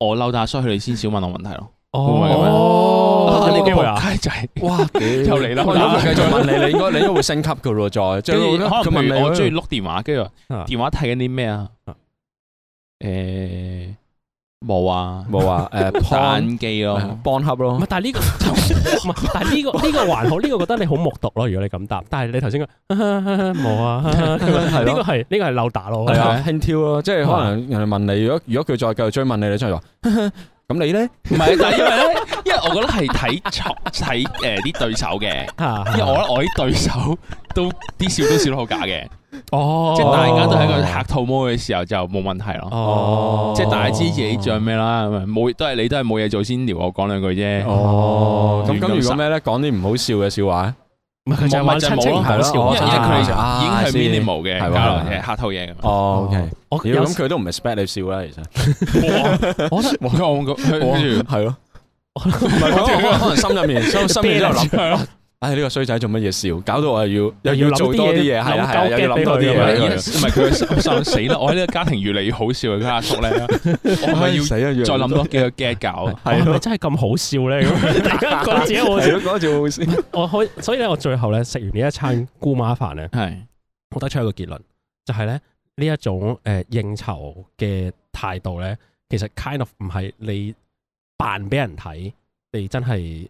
Speaker 3: 我嬲打，所以佢哋先少問我問題咯。會唔會咁樣
Speaker 2: 哦，
Speaker 3: 啊
Speaker 2: 有
Speaker 3: 你
Speaker 2: 呢機會啊！
Speaker 3: 個仆街仔。
Speaker 4: 哇，
Speaker 3: 又
Speaker 4: 又
Speaker 3: 嚟啦
Speaker 4: 如果佢繼續問你，你應該你應該會升級嘅咯，再即
Speaker 3: 跟住
Speaker 4: 係
Speaker 3: 可能
Speaker 4: 佢問
Speaker 3: 譬
Speaker 4: 你，
Speaker 3: 如我中 意碌電話，跟住話
Speaker 2: 啊
Speaker 3: 電話睇緊啲咩啊
Speaker 2: 啊？
Speaker 3: 誒冇啊，
Speaker 4: 冇話誒
Speaker 3: 打
Speaker 4: 幫
Speaker 3: 眼機咯。
Speaker 4: 幫恰
Speaker 2: 唔
Speaker 4: 咯
Speaker 2: 係，，但係呢個，唔係，但係呢個呢個還好，呢個覺得你好木獨咯。如果你咁答，但係你頭先講冇啊，
Speaker 4: 係
Speaker 2: 呢個
Speaker 4: 咯，
Speaker 2: 係呢個係漏打咯。
Speaker 4: 係啊，輕佻咯，即係可能人哋問你，如果如果佢再繼續追問你，你真係話 咁你咧？
Speaker 3: 唔係，但係因為咧， 因為我覺得係睇錯睇誒啲對手嘅，
Speaker 2: 啊，
Speaker 3: 因為我覺得我啲對手都啲笑都笑得好假嘅，
Speaker 2: 哦，
Speaker 3: 即係大家都喺個客套毛嘅時候就冇問題咯。
Speaker 2: 哦，
Speaker 3: 即係大家知自己做咩啦，咁啊冇都係你都係冇嘢做先撩我講兩句啫。
Speaker 4: 哦，咁咁
Speaker 3: 咁
Speaker 4: 如果咩咧？講啲唔好笑嘅笑話，
Speaker 2: 唔係佢就係玩親戚唔講笑
Speaker 3: 因
Speaker 4: 哦
Speaker 3: 為因為佢哋
Speaker 4: 啊
Speaker 3: 已經係
Speaker 4: 先
Speaker 3: minimal 嘅
Speaker 4: 係喎
Speaker 3: 交流
Speaker 4: 係
Speaker 3: 嘅
Speaker 4: 喎
Speaker 3: 客套嘢咁。
Speaker 4: 哦，OK，
Speaker 2: 我
Speaker 4: 屌
Speaker 2: 有
Speaker 4: 咁佢都唔 expect à, 你笑啦，其
Speaker 2: 我覺得
Speaker 3: 冇講冇
Speaker 4: 實。
Speaker 3: 講佢跟住
Speaker 4: 係咯，唔係可可能心入面心心入面都有
Speaker 3: 啊
Speaker 4: 諗，唉呢個衰仔做乜嘢笑，搞到我又
Speaker 2: 又
Speaker 4: 要
Speaker 2: 要
Speaker 4: 要
Speaker 2: 諗
Speaker 4: 做
Speaker 2: 啲
Speaker 4: 多啲
Speaker 2: 嘢
Speaker 4: 嘢，係
Speaker 2: 諗
Speaker 4: 啦係啦，
Speaker 2: 夠
Speaker 4: 又要諗多啲
Speaker 2: 嘅
Speaker 3: 唔
Speaker 2: 俾
Speaker 4: 嘢
Speaker 2: 佢
Speaker 4: 係啦。
Speaker 3: 係佢心心死啦！我喺呢個家庭越嚟越好笑嘅阿叔 咧，我咪要
Speaker 4: 死啊！要
Speaker 3: 再諗多幾個 get 搞。
Speaker 2: 我係咪真係咁好笑咧？咁 大家覺得自己好
Speaker 3: 啊
Speaker 2: 笑，
Speaker 4: 係咯，嗰條好笑。
Speaker 2: 我可以所以咧，我最後咧食完呢一餐姑媽飯咧，
Speaker 3: 係
Speaker 2: 我得出一個結論，就係咧呢一種誒應酬嘅態度咧，其實 kind of 唔係你扮俾人睇，你真係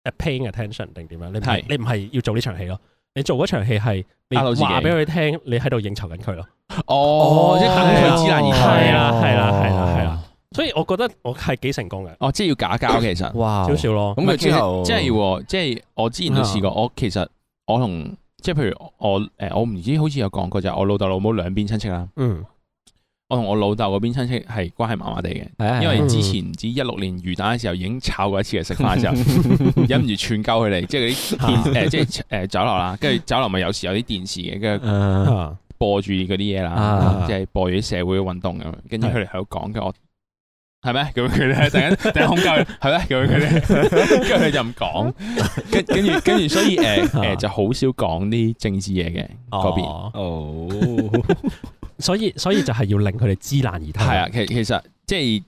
Speaker 2: 誒 paying attention 定點樣？你唔係
Speaker 3: 係
Speaker 2: 你唔係要做呢場戲咯，你做嗰場戲係你
Speaker 3: 呃到自己
Speaker 2: 話俾佢聽，你喺度應酬緊佢咯。
Speaker 3: 哦，即係等佢知難而退。
Speaker 2: 係啦
Speaker 4: 啊
Speaker 2: 係啦係啦係啦，所以我覺得我係幾成功嘅，
Speaker 3: 哦，即係要假交其實。
Speaker 4: 哇
Speaker 2: 少少咯。
Speaker 4: 咁佢之後啊
Speaker 3: 即係喎即係我之前都試過，我其實我同即係譬如我誒，我唔知好似有講過就係我老豆老母兩邊親戚啦。
Speaker 2: 嗯，
Speaker 3: 我哦同我老豆嗰邊親戚係關係麻麻地嘅，
Speaker 4: 係啊
Speaker 3: 因為
Speaker 2: 嗯
Speaker 3: 之前唔知一六年魚蛋嘅時候已經炒過一次嘅食飯嘅時候， 忍唔住串鳩佢哋，即係
Speaker 4: 啊
Speaker 3: 嗰啲電誒，即係誒酒樓啦，跟住酒樓咪有時有啲電視嘅，跟住
Speaker 4: 誒
Speaker 2: 啊
Speaker 3: 播住嗰啲嘢啦
Speaker 4: 啊，
Speaker 3: 即係播住啲社會運動咁樣，跟住佢哋喺度講，跟住我係咩？咁樣佢 哋突然間突然間空鳩，係咩？咁樣佢哋，跟住佢就唔講，跟跟住跟住，所以誒
Speaker 4: 啊
Speaker 3: 誒就好少講啲政治嘢嘅嗰邊。
Speaker 2: 哦
Speaker 4: 哦，
Speaker 2: 所以所以就係要令佢哋知難而退。
Speaker 3: 係啊，，其其實即係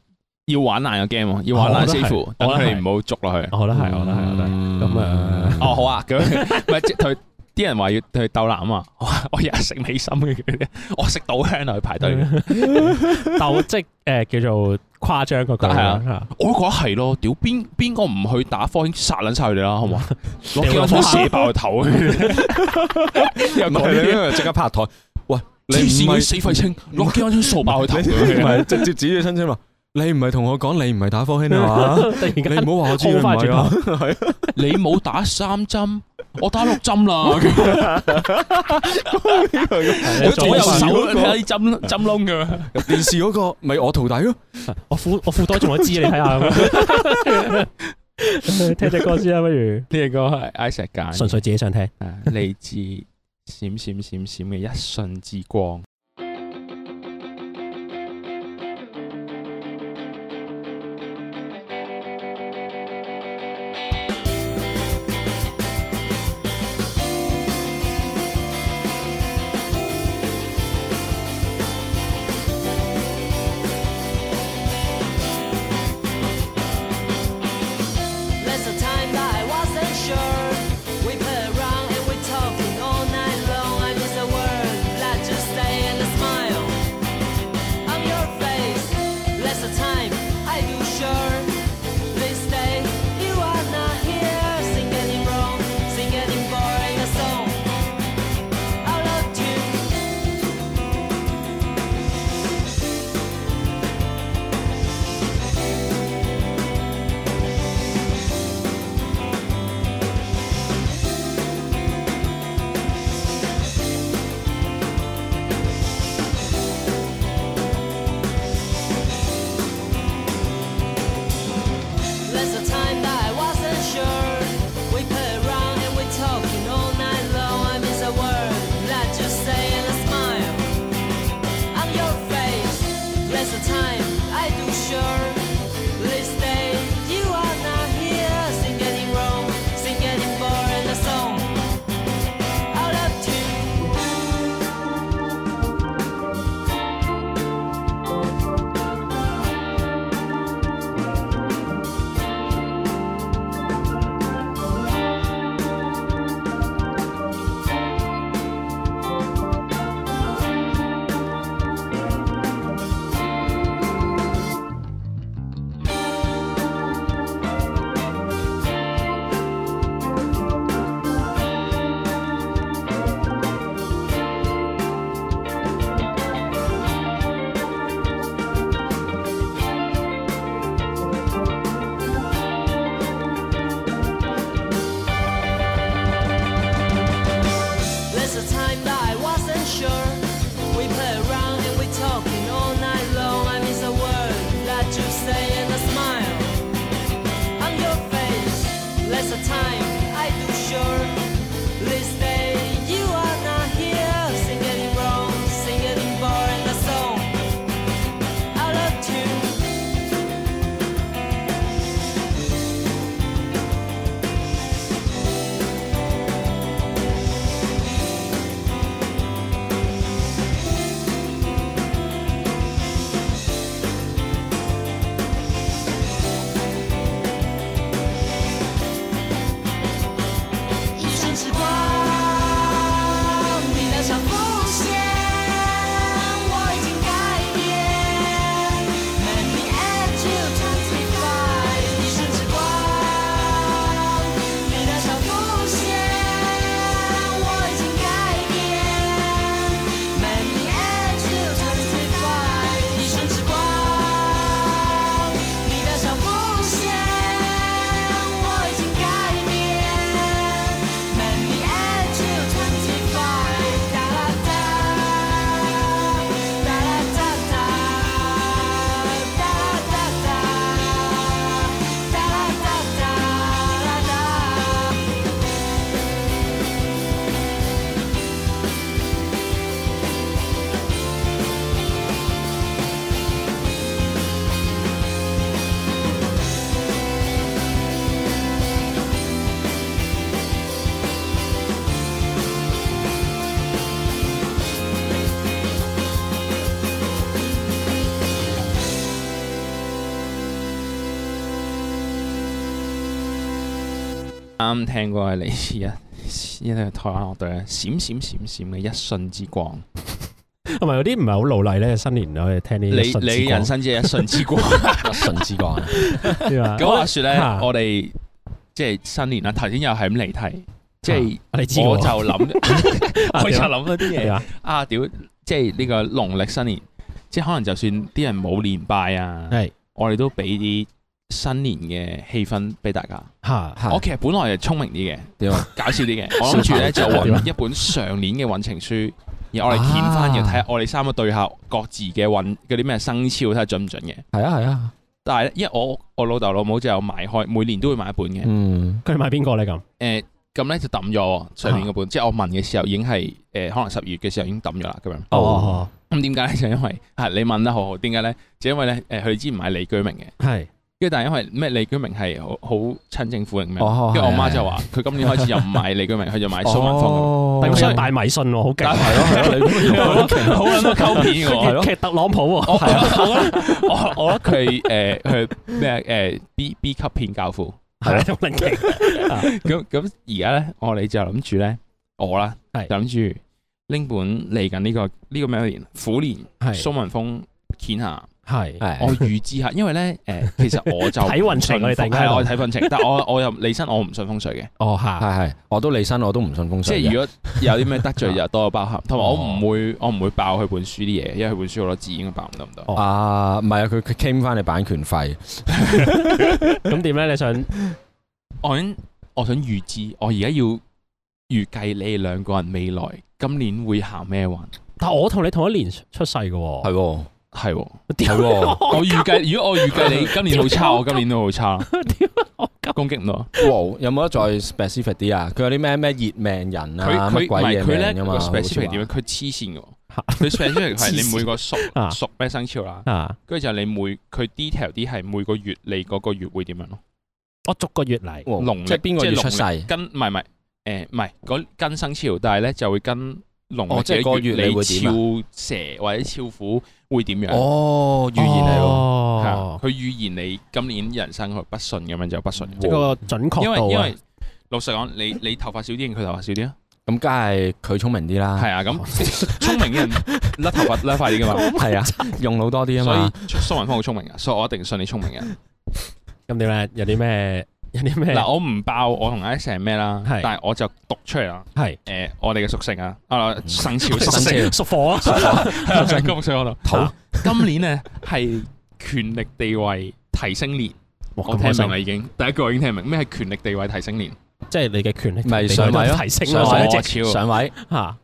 Speaker 3: 要玩爛個 game 喎，要玩爛師傅，等
Speaker 2: 我覺得係
Speaker 3: 佢哋唔好捉落去。
Speaker 2: 我覺得係，我覺得係，我覺得係。咁啊
Speaker 3: 哦，好啊，咁唔係即係佢啲人話要去鬥腩啊嘛， 我我日日食美心嘅， 佢哋我食到香啊去排隊，
Speaker 2: 鬥即誒叫做誇張嗰個
Speaker 3: 係啊，我都覺得係咯，屌邊邊個唔去打科已經殺撚晒佢哋啦，好唔 好？攞幾個火射爆佢頭，又講
Speaker 4: 唔係你
Speaker 3: 啲
Speaker 4: 呢個即刻拍台，喂，你
Speaker 3: 黐
Speaker 4: 唔
Speaker 3: 線嘅
Speaker 4: 係
Speaker 3: 死廢青，攞幾個槍掃爆佢頭，
Speaker 4: 唔係直接指住親戚話，你唔係同我講你唔係打科興啊嘛？
Speaker 2: 突然
Speaker 4: 你
Speaker 2: 間
Speaker 4: 唔好話我知你唔
Speaker 2: 好快轉
Speaker 4: 係啊！
Speaker 2: 頭，
Speaker 3: 你冇打三針，我打六針啦，我左右手睇下啲針針窿咁樣。
Speaker 4: 電視嗰個咪我徒弟咯，
Speaker 2: 我褲我褲袋仲有支，你睇下。 聽只歌先啦，不如
Speaker 3: 呢個係 Isaac 揀嘅
Speaker 2: 純粹自己想聽。
Speaker 3: 啊嚟自閃閃閃閃嘅一瞬之光。
Speaker 6: Hãy subscribe cho kênh Ghiền Mì Gõ Để không bỏ lỡ sure. We play around and we're talking all night long. I miss a word that just stay and a smile on your face. Less of time, I do sure. This day you are not here. Sing getting wrong, sing getting boring a song. I loved you. There's a time that I wasn't sure. We play around and we're talking all night long. I miss a word that just say and a smile. I'm your face. There's a time I do sure. This day you are not here. Sing getting wrong, sing getting boring a song. I love you. There's a time that I wasn't sure. We play around and we're talking all night long. I miss a word that you say and a smile on your face. There's a time I do sure. This day you are not here. Sing it in wrong, sing it in bar and a song. I loved you.一瞬之光，你那场风险，我已经改变。Let me at you twenty five，一瞬之光，你那场风险，我已经改变。Let me at you twenty five，一瞬之光，你那场风险，我已经改变。Let me at you 25. Da da da. Da da da da. Da da da da. Da da da da da.
Speaker 3: 啱聽過係嚟自一一隊台灣樂隊咧，閃閃閃閃嘅一瞬之光。
Speaker 2: 同埋有啲唔係好努力咧，新年我哋聽
Speaker 3: 你
Speaker 2: 呢啲
Speaker 3: 你人生只係一瞬之 光。
Speaker 4: 一瞬之光啊，
Speaker 3: 咁話説咧
Speaker 2: 嚇，
Speaker 3: 我哋即係新年啦，頭先又係咁離題，即係
Speaker 2: 你知
Speaker 3: 我
Speaker 2: 我
Speaker 3: 就諗，
Speaker 2: 啊
Speaker 3: 我就
Speaker 2: 點啊
Speaker 3: 諗咗啲
Speaker 2: 係
Speaker 3: 嘢
Speaker 2: 啊
Speaker 3: 啊！屌，即係呢個農曆新年，即係可能就算啲人冇年拜啊，
Speaker 2: 係
Speaker 3: 我哋都俾啲新年嘅氣氛俾大家。
Speaker 2: 嚇
Speaker 4: 係
Speaker 3: 我其實本來係聰明啲嘅，
Speaker 4: 點啊？
Speaker 3: 搞 笑啲嘅，我諗住咧就
Speaker 2: 點啊
Speaker 3: 揾一本上年嘅運程書，而我哋掀翻嘅，
Speaker 2: 啊
Speaker 3: 睇下我哋三個對下各自嘅運嗰啲咩生肖，睇下準唔準嘅。
Speaker 4: 係啊係啊，
Speaker 3: 但係咧，因為我我老豆老母就有買開，每年都會買一本嘅。
Speaker 4: 嗯，
Speaker 2: 佢哋買邊個咧咁？
Speaker 3: 誒咁咧就抌咗上年嗰
Speaker 2: 啊
Speaker 3: 本，即係我問嘅時候已經係誒、可能十二月嘅時候已經抌咗啦咁樣。
Speaker 2: 哦，
Speaker 3: 咁點解咧？就因為啊，你問得好好，點解咧？就因為咧誒，佢、之前買李居明嘅，
Speaker 2: 係
Speaker 3: 跟住但係因為咩李居明係好好親政府定咩？
Speaker 4: 哦
Speaker 3: 跟住我媽
Speaker 4: 係
Speaker 3: 就話佢今年開始又唔買李居明，佢就買蘇文
Speaker 2: 哦
Speaker 3: 峰。啊
Speaker 4: 哦
Speaker 3: 但係
Speaker 2: 咁
Speaker 3: 所以
Speaker 2: 有大迷信喎，好
Speaker 3: 但
Speaker 2: 勁，
Speaker 3: 係咯係咯，你好撚多溝片嘅
Speaker 4: 係
Speaker 3: 喎。
Speaker 4: 咯
Speaker 2: 劇特朗普
Speaker 3: 我
Speaker 2: 喎，
Speaker 3: 我覺得我我覺得佢誒佢咩誒 B B 啊級片教父，
Speaker 2: 係啦，咁撚勁
Speaker 3: 咁咁而家咧，我哋就諗住咧，我啦，
Speaker 2: 係
Speaker 3: 就諗住拎本嚟緊呢個呢個咩年虎年
Speaker 2: 係
Speaker 3: 蘇文峰掀下，
Speaker 2: 係哦
Speaker 4: 係
Speaker 3: 我預知下，因為咧誒，其實 我就
Speaker 2: 睇運程
Speaker 3: 信
Speaker 2: 我哋突然間
Speaker 3: 係我睇運程，但我我又理身，我唔信風水嘅，
Speaker 2: 哦
Speaker 4: 系
Speaker 2: 嚇，
Speaker 4: 系，我都理身，我都唔信公
Speaker 3: 即
Speaker 4: 信嘅。
Speaker 3: 係如果有啲咩得罪就多包涵，同埋我
Speaker 4: 哦
Speaker 3: 唔會我唔會爆佢本書啲嘢，因為佢本書好多字應該爆唔得唔得。
Speaker 4: 啊，唔係啊，佢佢 claim 翻你版權費，
Speaker 2: 咁點咧？你想
Speaker 3: 我想我想預知，我而家要預計你哋兩個人未來今年會行咩運？
Speaker 2: 但我同你同一年出世嘅喎，
Speaker 4: 係喎，
Speaker 3: 係喎。
Speaker 4: 係喎，
Speaker 3: 我預計，如果我預計 你今年好差，我今年都好差，
Speaker 2: 屌我咁
Speaker 3: 攻擊唔到。
Speaker 4: 哇有冇得再 specific 啲啊？佢有啲咩咩熱命人
Speaker 3: 佢
Speaker 4: 啊，
Speaker 3: 佢
Speaker 4: 乜
Speaker 3: 唔
Speaker 4: 鬼
Speaker 3: 係
Speaker 4: 嘢
Speaker 3: 佢咧
Speaker 4: 命㗎
Speaker 3: 個
Speaker 4: 嘛？
Speaker 3: specific 點樣？佢黐線 嘅喎，佢 specific 係你每個熟
Speaker 2: 啊
Speaker 3: 熟咩生肖啦，
Speaker 2: 啊！
Speaker 3: 跟住就你每佢 detail 啲係每個月你嗰個月會點樣咯？
Speaker 2: 我逐個月嚟，
Speaker 4: 哇
Speaker 3: 農曆
Speaker 4: 即係邊個月
Speaker 3: 即係農
Speaker 4: 出
Speaker 3: 曆
Speaker 4: 世？
Speaker 3: 跟唔係唔係誒唔係嗰跟生肖，但係咧就會跟農
Speaker 4: 哦
Speaker 3: 曆
Speaker 4: 即係
Speaker 3: 嘅
Speaker 4: 個月你會點啊
Speaker 3: 你肖蛇或者肖虎會點樣？
Speaker 4: 哦，預言嚟喎，
Speaker 3: 係啊
Speaker 2: 哦，
Speaker 3: 佢預言你今年人生佢不順咁樣就不順
Speaker 2: 即係個準
Speaker 3: 因
Speaker 2: 確
Speaker 3: 為
Speaker 2: 度
Speaker 3: 因
Speaker 2: 啊
Speaker 3: 為老實講，你你頭髮少啲定佢頭髮少啲啊？
Speaker 4: 咁梗係佢聰明啲啦，
Speaker 3: 係啊， 咁聰明嘅人甩頭髮甩快啲噶嘛，
Speaker 4: 係啊，用腦多啲啊
Speaker 3: 所
Speaker 4: 嘛。
Speaker 3: 以蘇文峰好聰明噶，啊所以我一定信你聰明 人。
Speaker 2: 咁點咧？有啲咩？ 有啲咩？
Speaker 3: 嗱，我唔爆我同 Alex 係咩啦，
Speaker 2: 係
Speaker 3: 但係我就讀出嚟啦。
Speaker 2: 係
Speaker 3: 誒，我哋嘅屬性啊，啊生肖
Speaker 4: 嗯
Speaker 3: 屬
Speaker 4: 生肖
Speaker 2: 屬火啊！
Speaker 3: 性，咁所以我度
Speaker 4: 土
Speaker 3: 今年咧係權力地位提升年，
Speaker 2: 哇
Speaker 3: 我
Speaker 2: 咁
Speaker 3: 聽
Speaker 2: 開心
Speaker 3: 明啦已經，第一句我已經聽明咩係權力地位提升年，
Speaker 2: 即係你嘅權力
Speaker 4: 咪
Speaker 2: 地
Speaker 4: 上
Speaker 2: 位
Speaker 4: 位
Speaker 2: 都
Speaker 4: 咯
Speaker 2: 提升
Speaker 4: 上
Speaker 2: 咯，
Speaker 4: 位
Speaker 2: 一直
Speaker 3: 超
Speaker 4: 上位
Speaker 2: 嚇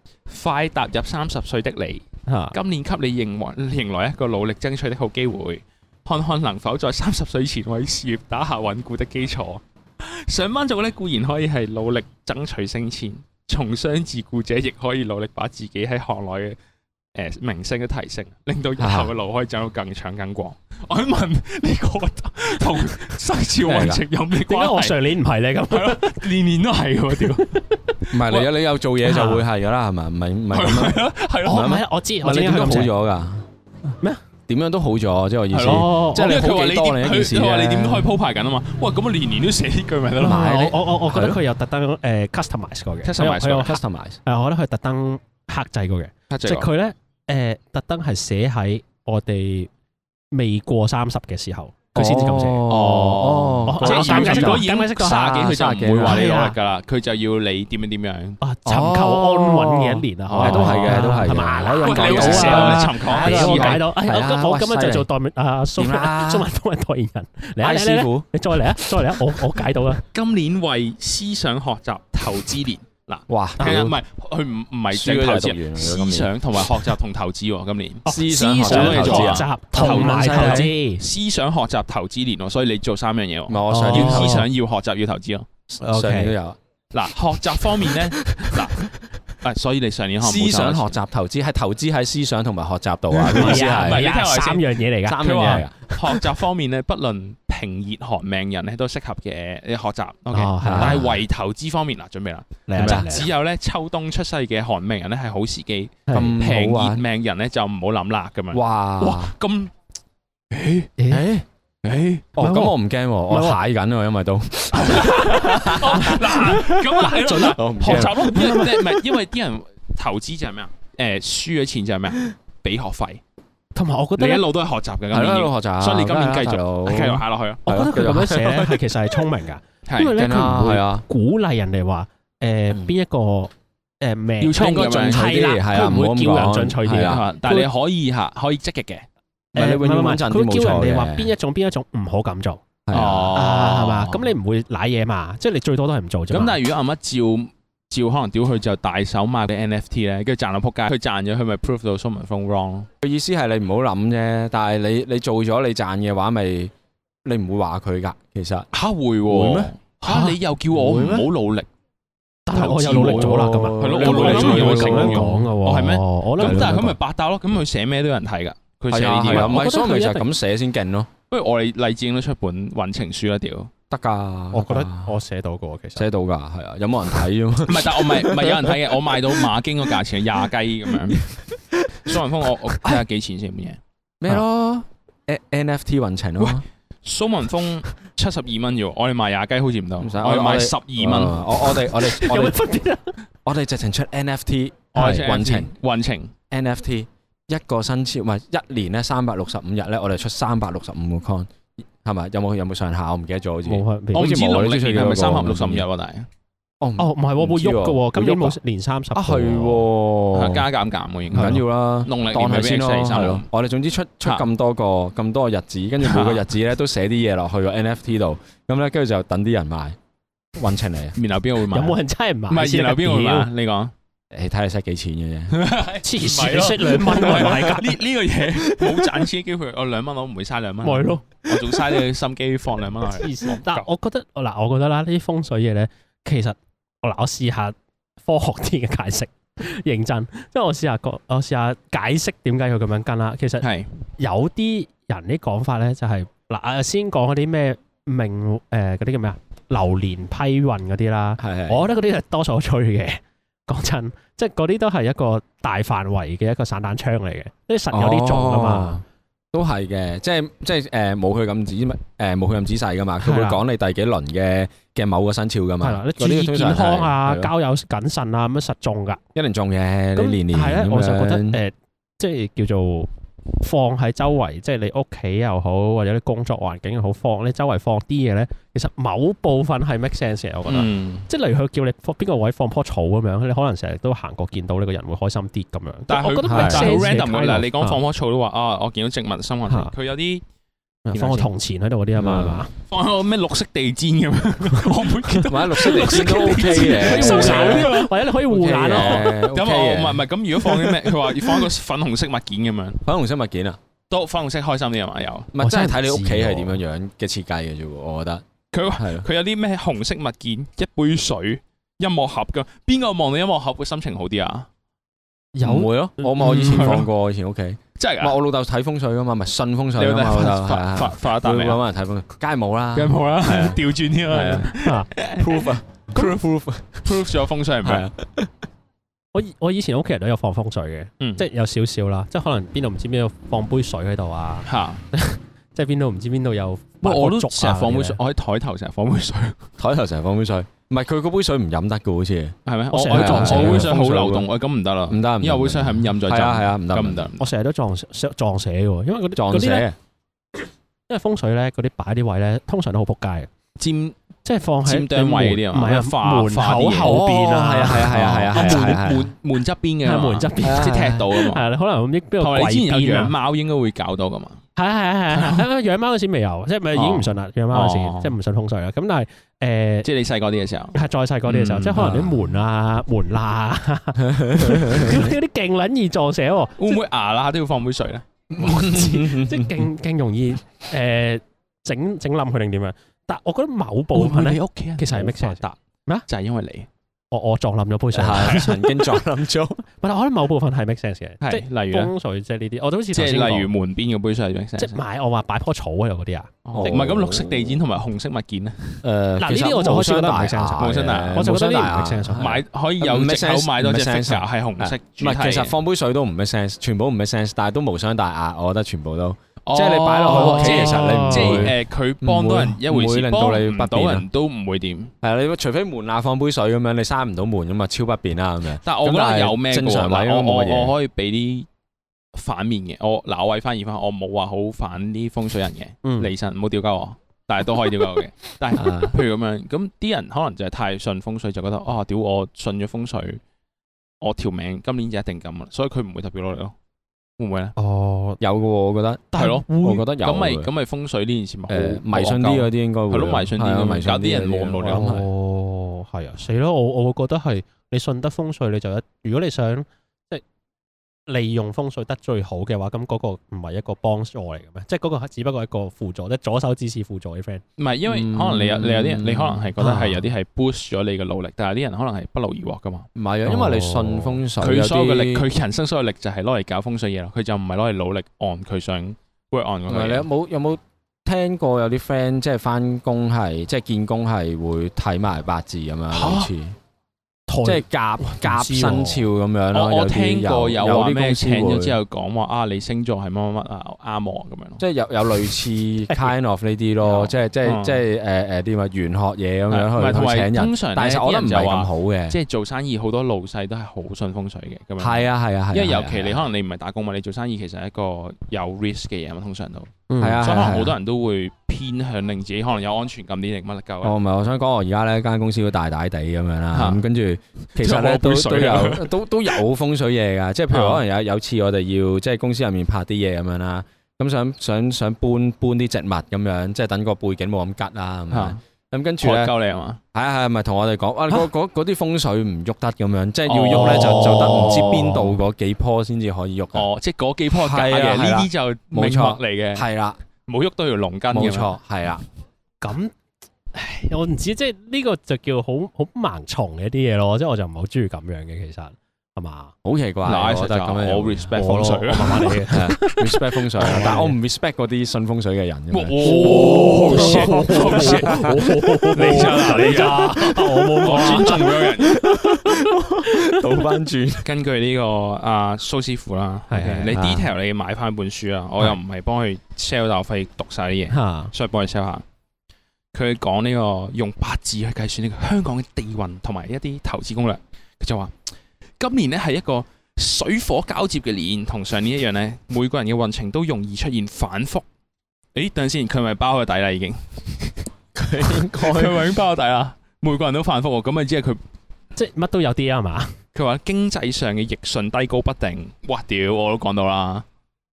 Speaker 3: 快踏入三十歲的你。
Speaker 2: 嚇
Speaker 3: 今年給你迎來 迎來一個努力爭取的好機會，看看能否在 三十歲前為事業打下穩固的基礎。 上班族呢固然可以係努力爭取升遷，從商自雇者亦可以努力把自己喺行內嘅。呃誒明星嘅提升，令到日後嘅路可以走到更長更廣。 我想問呢、個同生肖運程有咩
Speaker 2: 點解我
Speaker 3: 關係？
Speaker 2: 上年唔係咧咁？
Speaker 3: 係咯，年年都係喎，屌，
Speaker 4: 唔係你有你有做嘢就會係噶啦，係咪？唔係唔係咁樣，
Speaker 3: 係
Speaker 2: 我
Speaker 3: 咯，
Speaker 2: 唔係，我知
Speaker 4: 唔
Speaker 2: 我
Speaker 4: 係
Speaker 2: 知
Speaker 4: 你點
Speaker 2: 佢
Speaker 4: 都好
Speaker 2: 咁
Speaker 4: 咗噶
Speaker 2: 咩？
Speaker 4: 點樣都好咗，即係我意思
Speaker 3: 係。
Speaker 2: 哦，
Speaker 4: 即係你
Speaker 3: 因為佢話你
Speaker 4: 好幾多
Speaker 3: 點
Speaker 4: 你一件事
Speaker 3: 佢佢話
Speaker 4: 啫
Speaker 3: 你點都可以鋪排緊啊嘛。哇，咁我年年都寫呢句咪得咯。
Speaker 2: 我我我我覺得佢有特登誒 customize 過嘅啊
Speaker 3: customise
Speaker 2: 佢有佢有
Speaker 4: customize
Speaker 2: 誒，啊我覺得佢特登克制過嘅， 即係佢咧誒呃特登係寫喺我哋未過三十嘅時候，佢先至咁寫。
Speaker 4: 哦
Speaker 2: 哦即係
Speaker 3: 即係
Speaker 2: 三
Speaker 3: 如
Speaker 2: 十
Speaker 3: 果已經
Speaker 2: 咁解釋到
Speaker 3: 卅幾，佢就唔會話你
Speaker 2: 係
Speaker 3: 努
Speaker 2: 啊
Speaker 3: 力㗎啦，佢就要你點樣點樣。
Speaker 2: 啊，尋求安穩嘅一年啊，
Speaker 4: 哦
Speaker 2: 可能
Speaker 4: 都係嘅都係嘅
Speaker 2: 係嘛？
Speaker 4: 可以咁
Speaker 2: 我
Speaker 4: 講
Speaker 2: 解
Speaker 3: 喂你好識寫
Speaker 2: 到
Speaker 3: 喎，你
Speaker 2: 啊，
Speaker 3: 尋求
Speaker 4: 啊
Speaker 3: 下
Speaker 4: 你
Speaker 2: 我
Speaker 4: 好
Speaker 2: 解
Speaker 3: 啲
Speaker 2: 到。哎
Speaker 4: 係啊
Speaker 2: 我我今日
Speaker 4: 喂
Speaker 2: 就做代面啊，蘇
Speaker 4: 點啦
Speaker 2: 蘇文峰嘅代言人嚟啊嚟啊
Speaker 4: ，I
Speaker 2: 嚟
Speaker 4: 師
Speaker 2: 啊嚟啊！
Speaker 4: 傅
Speaker 2: 你再嚟啊，再嚟啊！我我解到啦，
Speaker 3: 今年為思想學習投資 年嗱。
Speaker 4: 哇，
Speaker 3: 係啊，唔係佢唔唔係
Speaker 4: 書
Speaker 3: 淨
Speaker 4: 都
Speaker 3: 投
Speaker 4: 係讀完
Speaker 3: 資，啊
Speaker 4: 啦
Speaker 3: 思
Speaker 4: 今年哦
Speaker 3: 想同埋學習同投資喎。今年
Speaker 4: 思 想
Speaker 2: 思
Speaker 4: 學
Speaker 2: 想
Speaker 3: 習投資啊
Speaker 2: 習同埋投
Speaker 4: 啊
Speaker 2: 資，啊
Speaker 3: 思想學習投資年喎，所以你做三樣嘢
Speaker 4: 唔
Speaker 3: 喎，
Speaker 4: 係我上年
Speaker 3: 要思
Speaker 4: 投
Speaker 3: 想，要學習，要投資咯。
Speaker 4: 上年都有
Speaker 3: 嗱，學習方面 咧，嗱，啊，所以你上年可能
Speaker 4: 思
Speaker 3: 冇收
Speaker 4: 想學
Speaker 3: 錢
Speaker 4: 習投資係投資喺思想同埋學習度啊，意思
Speaker 2: 啊，
Speaker 3: 唔係
Speaker 4: 係
Speaker 3: 你聽我先
Speaker 2: 三樣嘢嚟㗎，
Speaker 4: 三樣嘢嚟㗎
Speaker 3: 學習方面咧，不論平熱寒命人咧都適合嘅你學習。O K，
Speaker 2: 哦
Speaker 4: 啊
Speaker 2: 係
Speaker 3: 但係唯投資方面嗱，準備啦，
Speaker 2: 嚟啊
Speaker 4: 係咪啊
Speaker 2: 嚟啊
Speaker 3: 只有咧秋冬出世嘅寒命人咧係好時機，
Speaker 4: 啊
Speaker 2: 啊嗯
Speaker 4: 咁
Speaker 3: 平
Speaker 4: 嗯好
Speaker 3: 熱
Speaker 4: 玩，
Speaker 3: 命人咧就唔好諗啦咁樣。
Speaker 4: 哇
Speaker 3: 哇！，咁
Speaker 4: 誒 誒，哦，咁我唔驚喎，我蟹緊喎，因為都
Speaker 3: 哦嗱咁啊，係咯，
Speaker 4: 我唔
Speaker 3: 嗱學
Speaker 4: 驚。
Speaker 3: 習咯，因為即係唔係因為啲人投資就係咩啊？誒，輸咗錢就係咩啊？俾學費，
Speaker 2: 同埋我覺
Speaker 3: 你
Speaker 2: 得
Speaker 3: 一
Speaker 2: 咧，
Speaker 3: 路都係學習嘅，
Speaker 4: 係
Speaker 3: 今
Speaker 4: 咯，一路
Speaker 3: 年
Speaker 4: 學習，
Speaker 3: 所以你今年繼續繼續
Speaker 4: 續
Speaker 3: 下落去咯。
Speaker 2: 我覺得
Speaker 4: 啊
Speaker 2: 佢咁樣寫咧， 係其實係聰明㗎，因為
Speaker 3: 係
Speaker 2: 咧
Speaker 4: 係
Speaker 2: 佢唔
Speaker 4: 啊，係
Speaker 2: 會
Speaker 4: 啊，
Speaker 2: 鼓勵人哋話誒
Speaker 4: 嗯
Speaker 2: 邊一個誒命
Speaker 3: 要衝
Speaker 2: 應該
Speaker 3: 咁樣
Speaker 2: 進取啲，
Speaker 4: 係啦
Speaker 2: 佢唔
Speaker 4: 唔好
Speaker 2: 會
Speaker 4: 咁
Speaker 2: 叫人
Speaker 4: 講
Speaker 2: 進取啲
Speaker 4: 係
Speaker 2: 嘅
Speaker 4: 啊。
Speaker 3: 啊但係你可以嚇，可以積極嘅。
Speaker 4: 唔係你
Speaker 2: 誒唔
Speaker 4: 永
Speaker 2: 係唔
Speaker 4: 遠
Speaker 2: 係
Speaker 4: 穩陣啲
Speaker 2: 佢會
Speaker 4: 冇
Speaker 2: 叫
Speaker 4: 錯
Speaker 2: 人哋
Speaker 4: 嘅
Speaker 2: 話邊一種邊一種唔好咁做
Speaker 4: 係啊，
Speaker 2: 啊，係嘛？咁你唔會舐嘢嘛？即係你最多都係唔做啫嘛。啊
Speaker 3: 咁但係如果阿乜照照可能屌佢就大手買嘅 NFT 咧，跟住賺到仆街，佢賺咗佢咪 prove 到蘇文峰 wrong 咯。
Speaker 4: 佢意思係你唔好諗啫，但係你你做咗你賺嘅話，咪你唔會話佢㗎。其實
Speaker 3: 嚇會
Speaker 4: 會
Speaker 3: 喎
Speaker 4: 咩
Speaker 3: 嚇你又叫我唔好努力，
Speaker 2: 但係我又努力咗啦，咁啊，
Speaker 3: 係咯
Speaker 2: 你
Speaker 3: 我努力咗
Speaker 2: 咁樣
Speaker 3: 我成功咗
Speaker 2: 講嘅
Speaker 3: 哦
Speaker 2: 喎，啊
Speaker 3: 係咩
Speaker 2: 我
Speaker 3: 咁
Speaker 2: 諗
Speaker 3: 但係佢咪百搭咯？咁佢寫咩都有人睇㗎。佢
Speaker 4: 啊係
Speaker 3: 寫呢
Speaker 4: 啊
Speaker 3: 啲
Speaker 4: 係啊，
Speaker 3: 嘢
Speaker 4: 唔
Speaker 2: 我覺
Speaker 4: 係
Speaker 2: 得
Speaker 4: 所以咪
Speaker 2: 佢
Speaker 4: 就係
Speaker 2: 一定
Speaker 4: 咁寫先勁咯，
Speaker 3: 不如我哋勵志應都出本揾情書啦，屌！唔
Speaker 4: 啊得㗎。
Speaker 2: 我覺得
Speaker 4: 㗎
Speaker 2: 我寫到嘅喎，其實
Speaker 4: 寫到㗎，係啊，有冇人睇啫嘛？
Speaker 3: 係，但我唔係唔係有人睇嘅，我賣到馬經個價錢係廿雞咁 樣。蘇文峰，我我睇下幾錢先本嘢。
Speaker 4: 咩咯？A- NFT 運程咯，
Speaker 3: 蘇文峰七十二蚊啫喎，我哋賣廿雞好似唔得，
Speaker 4: 唔使
Speaker 3: 我哋
Speaker 4: 我哋
Speaker 3: 賣十二蚊，
Speaker 4: 啊我我哋我哋 我
Speaker 2: 有乜
Speaker 4: 哋
Speaker 2: 分別啊？
Speaker 4: 我哋直情出 NFT，
Speaker 3: 我哋
Speaker 4: 運程
Speaker 3: 運程
Speaker 4: NFT 一個新簽，唔係一年咧三百六十五日咧，我哋出三百六十五個 con，係咪？有冇有冇上下？我唔記得咗好似。
Speaker 2: 冇分別
Speaker 3: 我唔。知
Speaker 4: 好似冇
Speaker 3: 農
Speaker 4: 啊
Speaker 3: 曆
Speaker 4: 你
Speaker 3: 年
Speaker 4: 最近
Speaker 3: 係
Speaker 4: 嗰
Speaker 3: 咪
Speaker 4: 個
Speaker 3: 三百六十五啊日喎，但係
Speaker 4: 哦唔
Speaker 2: 哦，唔係喎，會
Speaker 4: 唔知
Speaker 2: 喐
Speaker 4: 喎
Speaker 2: 嘅喎，今年
Speaker 4: 會喐
Speaker 2: 冇年三十
Speaker 4: 啊係
Speaker 2: 喎，
Speaker 4: 喎，
Speaker 3: 係加減減喎，應
Speaker 4: 唔
Speaker 3: 該
Speaker 4: 緊要啦，
Speaker 3: 農曆
Speaker 4: 哦
Speaker 3: 年
Speaker 4: 當係
Speaker 3: 係
Speaker 4: 先咯，
Speaker 3: 咩四三
Speaker 4: 係
Speaker 3: 六
Speaker 4: 咯。我哋總之出出咁多個咁多個日子，跟住每個日子咧都寫啲嘢落去個 NFT 度，咁咧跟住就等啲人買，運程嚟啊！
Speaker 3: 面頭邊個會買？
Speaker 2: 有冇人真係
Speaker 3: 唔
Speaker 2: 買
Speaker 3: 係
Speaker 2: 先
Speaker 3: 面
Speaker 2: 啊？
Speaker 3: 頭邊個會
Speaker 2: 屌
Speaker 3: 買？你講。
Speaker 4: 誒睇你使幾錢 嘅啫，
Speaker 2: 黐
Speaker 3: 唔係咯
Speaker 2: 線，識兩蚊咪買㗎，
Speaker 3: 呢呢個嘢冇賺錢嘅機會，我兩蚊我唔會嘥兩蚊，
Speaker 2: 咪咯。
Speaker 3: 我仲嘥你心機放兩蚊落去。
Speaker 2: 黐線但係我覺得嗱，我覺得啦，呢啲風水嘢咧，其實嗱，我試下科學啲嘅解釋，認真，即係我試下個，我試下解釋點解要咁樣跟啦。其實
Speaker 3: 係
Speaker 2: 有啲人啲講法咧，就係、嗱、啊先講嗰啲咩命誒嗰啲叫咩啊，流年批運嗰啲啦，
Speaker 4: 係係
Speaker 2: 我覺得嗰啲係多所吹嘅。 講真，即係嗰啲都係一個大範圍嘅一個散彈槍嚟嘅，即係實有啲中噶嘛。
Speaker 4: 哦，都係嘅，即係即係誒冇佢咁仔誒冇佢咁仔細噶嘛，佢會
Speaker 2: 係啦
Speaker 4: 講你第幾輪嘅嘅某個生肖噶
Speaker 2: 係
Speaker 4: 嘛
Speaker 2: 啦，，你注意
Speaker 4: 嗰啲通
Speaker 2: 健
Speaker 4: 常哦係
Speaker 2: 康啊，
Speaker 4: 係咯
Speaker 2: 交友謹慎啊，咁樣實中噶。
Speaker 4: 一年中嘅，
Speaker 2: 咁
Speaker 4: 你年年
Speaker 2: 係咧，
Speaker 4: 咁
Speaker 2: 我就覺得
Speaker 4: 樣
Speaker 2: 誒、呃即係叫做放喺周圍，即係你屋企又好，或者你工作環境又好，放你周圍放啲嘢咧，其實某部分係 make sense 嘅，我覺得。
Speaker 3: 嗯，
Speaker 2: 即係例如佢叫你放邊個位放棵草咁樣，你可能成日都行過見到呢個人會開心啲咁樣。
Speaker 3: 但係
Speaker 2: 我覺得
Speaker 3: 佢
Speaker 2: make
Speaker 3: 但係好
Speaker 2: sense 嘅
Speaker 3: random 㗎
Speaker 2: kind
Speaker 3: 嗱，
Speaker 2: of，
Speaker 3: 你講放
Speaker 2: 啊
Speaker 3: 棵草都話啊，我見到植物生活，
Speaker 2: 嚇
Speaker 3: 佢有啲
Speaker 2: 放個銅錢喺度嗰啲啊嘛，係嘛？
Speaker 3: 放喺個咩綠色地氈咁樣， 我唔記得。
Speaker 4: 或者綠色地氈都 OK
Speaker 3: 綠
Speaker 4: 嘅，
Speaker 2: 收
Speaker 3: 色地
Speaker 2: 手
Speaker 3: 氈
Speaker 2: 嗰啲，或者你可以護眼咯。
Speaker 4: 咯
Speaker 3: 咁我唔係唔係咁，如果放啲咩？佢話要放一個粉紅色物件咁樣，
Speaker 4: 粉紅色物件啊，
Speaker 3: 都粉紅色開心啲係嘛？有
Speaker 4: 唔係
Speaker 2: 我啊
Speaker 4: 真係
Speaker 2: 真係
Speaker 4: 睇你屋企係
Speaker 2: 唔知
Speaker 4: 點
Speaker 2: 喎
Speaker 4: 樣樣嘅設計嘅啫喎，我覺得
Speaker 3: 佢
Speaker 4: 係咯。
Speaker 3: 佢有啲咩紅色物件、一杯水、音樂盒咁，邊個望到音樂盒會心情好啲啊？
Speaker 4: 唔
Speaker 2: 有
Speaker 4: 會咯，我咪我以前放過，以前屋企，唔
Speaker 3: 真係
Speaker 4: 係
Speaker 3: 㗎，
Speaker 4: 我老豆睇風水噶嘛，咪信風
Speaker 3: 你
Speaker 4: 水
Speaker 3: 有
Speaker 4: 噶嘛，我老
Speaker 3: 冇
Speaker 4: 豆
Speaker 3: 發發
Speaker 4: 係
Speaker 3: 發一
Speaker 4: 係，
Speaker 3: 達
Speaker 4: 會
Speaker 3: 嚟啊？
Speaker 4: 揾人睇風水，梗係冇啦，
Speaker 3: 梗係冇啦
Speaker 4: 係啊，
Speaker 3: 調轉添
Speaker 4: 係
Speaker 3: 啊
Speaker 4: 啊
Speaker 2: 啊！
Speaker 4: ，proof 啊，proof proof
Speaker 3: ，proof 咗風水係
Speaker 4: 係
Speaker 3: 咪？
Speaker 4: 啊，
Speaker 2: 我以我以前屋企人都有放風水嘅，
Speaker 3: 嗯
Speaker 2: 即係有少少啦，即係可能邊度唔知邊度放杯水喺度啊，
Speaker 3: 嚇，
Speaker 2: 即係邊度唔知邊度有
Speaker 3: 不
Speaker 2: 擺
Speaker 3: 過我都
Speaker 2: 個竹
Speaker 3: 成
Speaker 2: 啊
Speaker 3: 日放杯
Speaker 2: 嗰啲咧，
Speaker 3: 水我喺台頭成日放杯水，
Speaker 4: 台頭成日放杯水，唔係佢嗰杯水唔飲得嘅好似，
Speaker 3: 係咪？
Speaker 2: 我
Speaker 3: 我
Speaker 2: 成日都撞
Speaker 3: 我
Speaker 2: 水
Speaker 3: 我杯水好
Speaker 4: 風水
Speaker 3: 流動，我咁唔得啦，
Speaker 4: 唔得，唔得
Speaker 3: 因為杯水係咁飲再
Speaker 4: 係啊係
Speaker 3: 浸，
Speaker 4: 啊，唔得，
Speaker 3: 咁唔
Speaker 4: 唔得，
Speaker 3: 得。
Speaker 2: 我成日都撞撞死嘅喎，因為嗰啲
Speaker 4: 撞
Speaker 2: 嗰啲
Speaker 4: 死
Speaker 2: 咧
Speaker 4: 啊，
Speaker 2: 因為風水咧，嗰啲擺啲位咧，通常都好仆街嘅，
Speaker 3: 尖
Speaker 2: 即係放喺
Speaker 3: 尖端位嗰啲
Speaker 2: 唔
Speaker 3: 啊
Speaker 2: 係
Speaker 3: 化
Speaker 2: 啊，門
Speaker 3: 化啲嘢
Speaker 2: 口後邊啊，
Speaker 4: 哦係啊係啊係啊係啊
Speaker 2: 門
Speaker 4: 係啊
Speaker 3: 門門側邊嘅嘛，
Speaker 2: 係門側邊
Speaker 4: 係啊
Speaker 3: 即係踢到啊
Speaker 2: 係
Speaker 3: 嘛。
Speaker 2: 啊你可能唔知邊個
Speaker 3: 同埋你
Speaker 2: 櫃
Speaker 3: 之前有
Speaker 2: 邊
Speaker 3: 養
Speaker 2: 啊，
Speaker 3: 貓應該會搞到噶嘛，
Speaker 2: 係啊係啊係啊 係啊，養貓嗰時未有，即係咪已經唔信啦？養貓嗰
Speaker 3: 哦
Speaker 2: 時即係唔信風水啦。咁但係誒。
Speaker 3: 即係你細個啲嘅時候。
Speaker 2: 係再細個啲嘅時候，
Speaker 3: 嗯
Speaker 2: 即係可能啲門 啊、門罅啊，嗰啲勁撚易撞寫 喎，
Speaker 3: 會唔會牙罅都要放杯水咧？
Speaker 2: 即係勁勁容易誒整整冧佢定點樣？但我覺得某部分
Speaker 3: 會唔會
Speaker 2: 咧
Speaker 3: 你，屋企人
Speaker 2: 其實係 make sense
Speaker 3: 達
Speaker 2: 咩啊
Speaker 3: 就係因為你
Speaker 2: 我我撞冧咗杯水，
Speaker 4: 係曾經撞冧 咗，
Speaker 2: 但我覺得某部分係 make sense 嘅，即係
Speaker 3: 係，例如咧，
Speaker 2: 風水即係呢啲，我都好似
Speaker 3: 即
Speaker 2: 頭先
Speaker 3: 係例如
Speaker 2: 講，
Speaker 3: 門邊嘅杯水係 make
Speaker 2: 即
Speaker 3: sense
Speaker 2: 係。買我話擺棵草喺度嗰啲啊。
Speaker 3: 唔係咁綠色地氈同埋紅色物件咧，
Speaker 4: 誒，
Speaker 2: 嗱呢啲我就開始覺得唔 make sense
Speaker 4: 啊
Speaker 3: 冇聲大
Speaker 2: 我就覺得呢啲唔 make sense
Speaker 3: 買可以
Speaker 4: 唔
Speaker 3: 有
Speaker 4: make
Speaker 3: 藉口
Speaker 4: sense，
Speaker 3: 買多隻
Speaker 4: 唔 make sense
Speaker 3: figure 係紅色
Speaker 4: 唔
Speaker 3: 主題嘅。
Speaker 4: 係，其實放杯水都唔 make sense，全部唔 make sense，但係都無傷大雅，我覺得全部都。即係你擺
Speaker 2: 去
Speaker 3: 哦
Speaker 4: 落
Speaker 3: 即係
Speaker 2: 其實你唔
Speaker 3: 即係誒，
Speaker 4: 會
Speaker 3: 佢幫到人一回
Speaker 4: 唔會
Speaker 3: 事，
Speaker 4: 令
Speaker 3: 幫
Speaker 4: 到
Speaker 3: 到
Speaker 4: 你
Speaker 3: 你
Speaker 4: 不
Speaker 3: 不到
Speaker 4: 便啊
Speaker 3: 人都唔會點。
Speaker 4: 係啊，你除非門罅放杯水咁樣，你閂唔到門咁啊，超不便啦咁 樣。
Speaker 3: 但係我覺得有咩
Speaker 4: 正常位
Speaker 3: 我
Speaker 4: 咯
Speaker 3: 我
Speaker 4: 冇乜嘢
Speaker 3: 我可以俾啲反面嘅，我嗱我位翻而翻，我冇話好反啲風水人嘅，
Speaker 2: 嗯
Speaker 3: 離神唔好屌鳩我，但係都可以屌鳩我嘅。但係
Speaker 4: 啊
Speaker 3: 譬如咁樣，咁啲人可能就係太信風水，就覺得啊屌我信咗風水，我條命今年就一定咁啦，所以佢唔會特別努力咯，會唔會咧？
Speaker 2: 哦，
Speaker 4: 有嘅喎，我覺得，
Speaker 3: 係咯，
Speaker 4: 我覺得有
Speaker 3: 咁咪
Speaker 4: 嘅。
Speaker 3: 咁咪風水呢件事咪好
Speaker 4: 誒迷信啲嗰啲應該會
Speaker 3: 係咯迷信啲
Speaker 4: 係啊
Speaker 3: 咁
Speaker 4: 迷信啲
Speaker 3: 有啲人冇咁努力
Speaker 4: 嗰啲我諗係
Speaker 2: 哦，係啊，死咯！我我會覺得係你信得風水，你就一如果你想即係利用風水得最好嘅話，咁嗰個唔係一個幫助嚟嘅咩？即係嗰個只不過係一個輔助，即係左手指示輔助嘅 friend。
Speaker 3: 唔係，因為
Speaker 4: 嗯
Speaker 3: 可能你有你有啲人，你可能係覺得
Speaker 2: 啊
Speaker 3: 係有啲係 boost 咗你嘅努力，但係啲人可能係不勞而獲噶嘛。
Speaker 4: 唔係啊，因為你信風水，
Speaker 3: 佢所有嘅力，
Speaker 4: 有啲
Speaker 3: 佢人生所有力就係攞嚟搞風水嘢咯，佢就唔係攞嚟努力 on 佢想 work on
Speaker 4: 唔
Speaker 3: 嗰
Speaker 4: 係
Speaker 3: 個
Speaker 4: 你有
Speaker 3: 嘢。
Speaker 4: 冇有冇聽過有啲 friend 即係翻工係即係見工係會睇埋八字咁樣，
Speaker 3: 嚇
Speaker 4: 好似
Speaker 2: 開
Speaker 4: 即係夾夾
Speaker 2: 知喎
Speaker 4: 生肖咁樣咯。
Speaker 3: 我我
Speaker 4: 啲
Speaker 3: 聽過
Speaker 4: 有
Speaker 3: 有話
Speaker 4: 啲
Speaker 3: 咩
Speaker 4: 公司
Speaker 3: 請咗
Speaker 4: 會
Speaker 3: 之後講話啊，你星座係乜乜乜啊啱我咁樣咯。
Speaker 4: 即係有有 類似 kind of 呢啲咯，
Speaker 3: 有
Speaker 4: 即係即係
Speaker 3: 嗯
Speaker 4: 即係誒誒啲話玄學嘢
Speaker 3: 係
Speaker 4: 咁
Speaker 3: 唔係
Speaker 4: 樣去
Speaker 3: 同
Speaker 4: 去
Speaker 3: 埋
Speaker 4: 請人
Speaker 3: 通常，
Speaker 4: 但係其
Speaker 3: 咧
Speaker 4: 實我覺得唔
Speaker 3: 啲人
Speaker 4: 係
Speaker 3: 就
Speaker 4: 咁
Speaker 3: 話
Speaker 4: 好嘅。
Speaker 3: 即係做生意好多老細都係好信風水嘅咁樣。
Speaker 4: 係啊係啊係啊，
Speaker 3: 因為
Speaker 4: 係
Speaker 3: 尤
Speaker 4: 啊
Speaker 3: 其你可能你唔係打工嘛，你做生意其實係一個有 risk 嘅嘢嘛，通常都，所
Speaker 2: 嗯
Speaker 4: 係啊
Speaker 3: 以可能好
Speaker 4: 係
Speaker 3: 多人都會偏向令自己可能有安全感啲定乜鳩
Speaker 4: 哦，
Speaker 3: 啊。
Speaker 4: 唔係，我想講我而家咧間公司都大大地咁樣啦，
Speaker 3: 嚇
Speaker 4: 咁跟住其實咧
Speaker 3: 就
Speaker 4: 都
Speaker 3: 冇杯
Speaker 4: 都
Speaker 3: 水啊
Speaker 4: 有都都有風水嘢㗎，即係譬如可能有有次我哋要即係公司入面拍啲嘢咁樣啦，咁想想想搬搬啲植物咁樣，即係等個背景冇咁吉啦咁樣
Speaker 3: 嚇，
Speaker 4: 咁跟住
Speaker 3: 害
Speaker 4: 咧
Speaker 3: 鳩你係嘛？
Speaker 4: 係啊係啊咪同我哋講，啊嗰嗰嗰啲風水唔喐得咁樣，即係要喐咧
Speaker 3: 哦
Speaker 4: 就就得唔知邊度嗰幾棵先至可以喐㗎，
Speaker 3: 哦，即係嗰幾樖假
Speaker 4: 係啊
Speaker 3: 嘅，呢
Speaker 4: 係啦
Speaker 3: 啲就命脈嚟嘅，
Speaker 4: 係啦，
Speaker 3: 冇喐到條龍筋嘅。
Speaker 4: 冇錯，係啦，
Speaker 2: 咁，唉我唔知，即係呢個就叫好好盲從嘅一啲嘢咯，即係我就唔係好中意咁樣嘅，其實係嘛？
Speaker 4: 好奇怪，我
Speaker 3: 嗱，
Speaker 4: 覺
Speaker 3: 實
Speaker 4: 得
Speaker 3: 在
Speaker 4: 咁樣
Speaker 3: 我
Speaker 4: 樣
Speaker 3: respect
Speaker 2: 我咯
Speaker 3: 風水
Speaker 2: 我麻麻地嘅
Speaker 4: respect 風水，啊但係我唔 respect 嗰啲信風水嘅人咁樣。
Speaker 3: 哦，shit，
Speaker 2: 好
Speaker 3: ，shit，
Speaker 2: 你
Speaker 3: 咋嗱啊你咋
Speaker 2: 我冇
Speaker 3: 我啊
Speaker 2: 講
Speaker 3: 尊重咗人。
Speaker 4: 倒翻轉，
Speaker 3: 根據呢個阿蘇師傅啦，
Speaker 2: 係
Speaker 3: OK，
Speaker 2: 係
Speaker 3: 你
Speaker 4: 啊
Speaker 3: detail 你買翻本書啊啦，我又唔係幫佢 sell，但我費讀晒啲嘢。
Speaker 2: 嚇，
Speaker 3: 所以幫你 sell 下。佢講呢個用八字去計算呢個香港嘅地運同埋一啲投資攻略，佢就話今年呢係一個水火交接嘅年，同上年一樣呢，每個人嘅運程都容易出現反覆。誒，等陣先，佢係咪包咗底啦？已經，佢佢係咪已經包咗底啦。每個人都反覆喎，咁咪即係佢
Speaker 2: 即係乜都有啲啊係嘛？
Speaker 3: 佢話經濟上嘅逆順低高不定。哇屌，我都講到啦，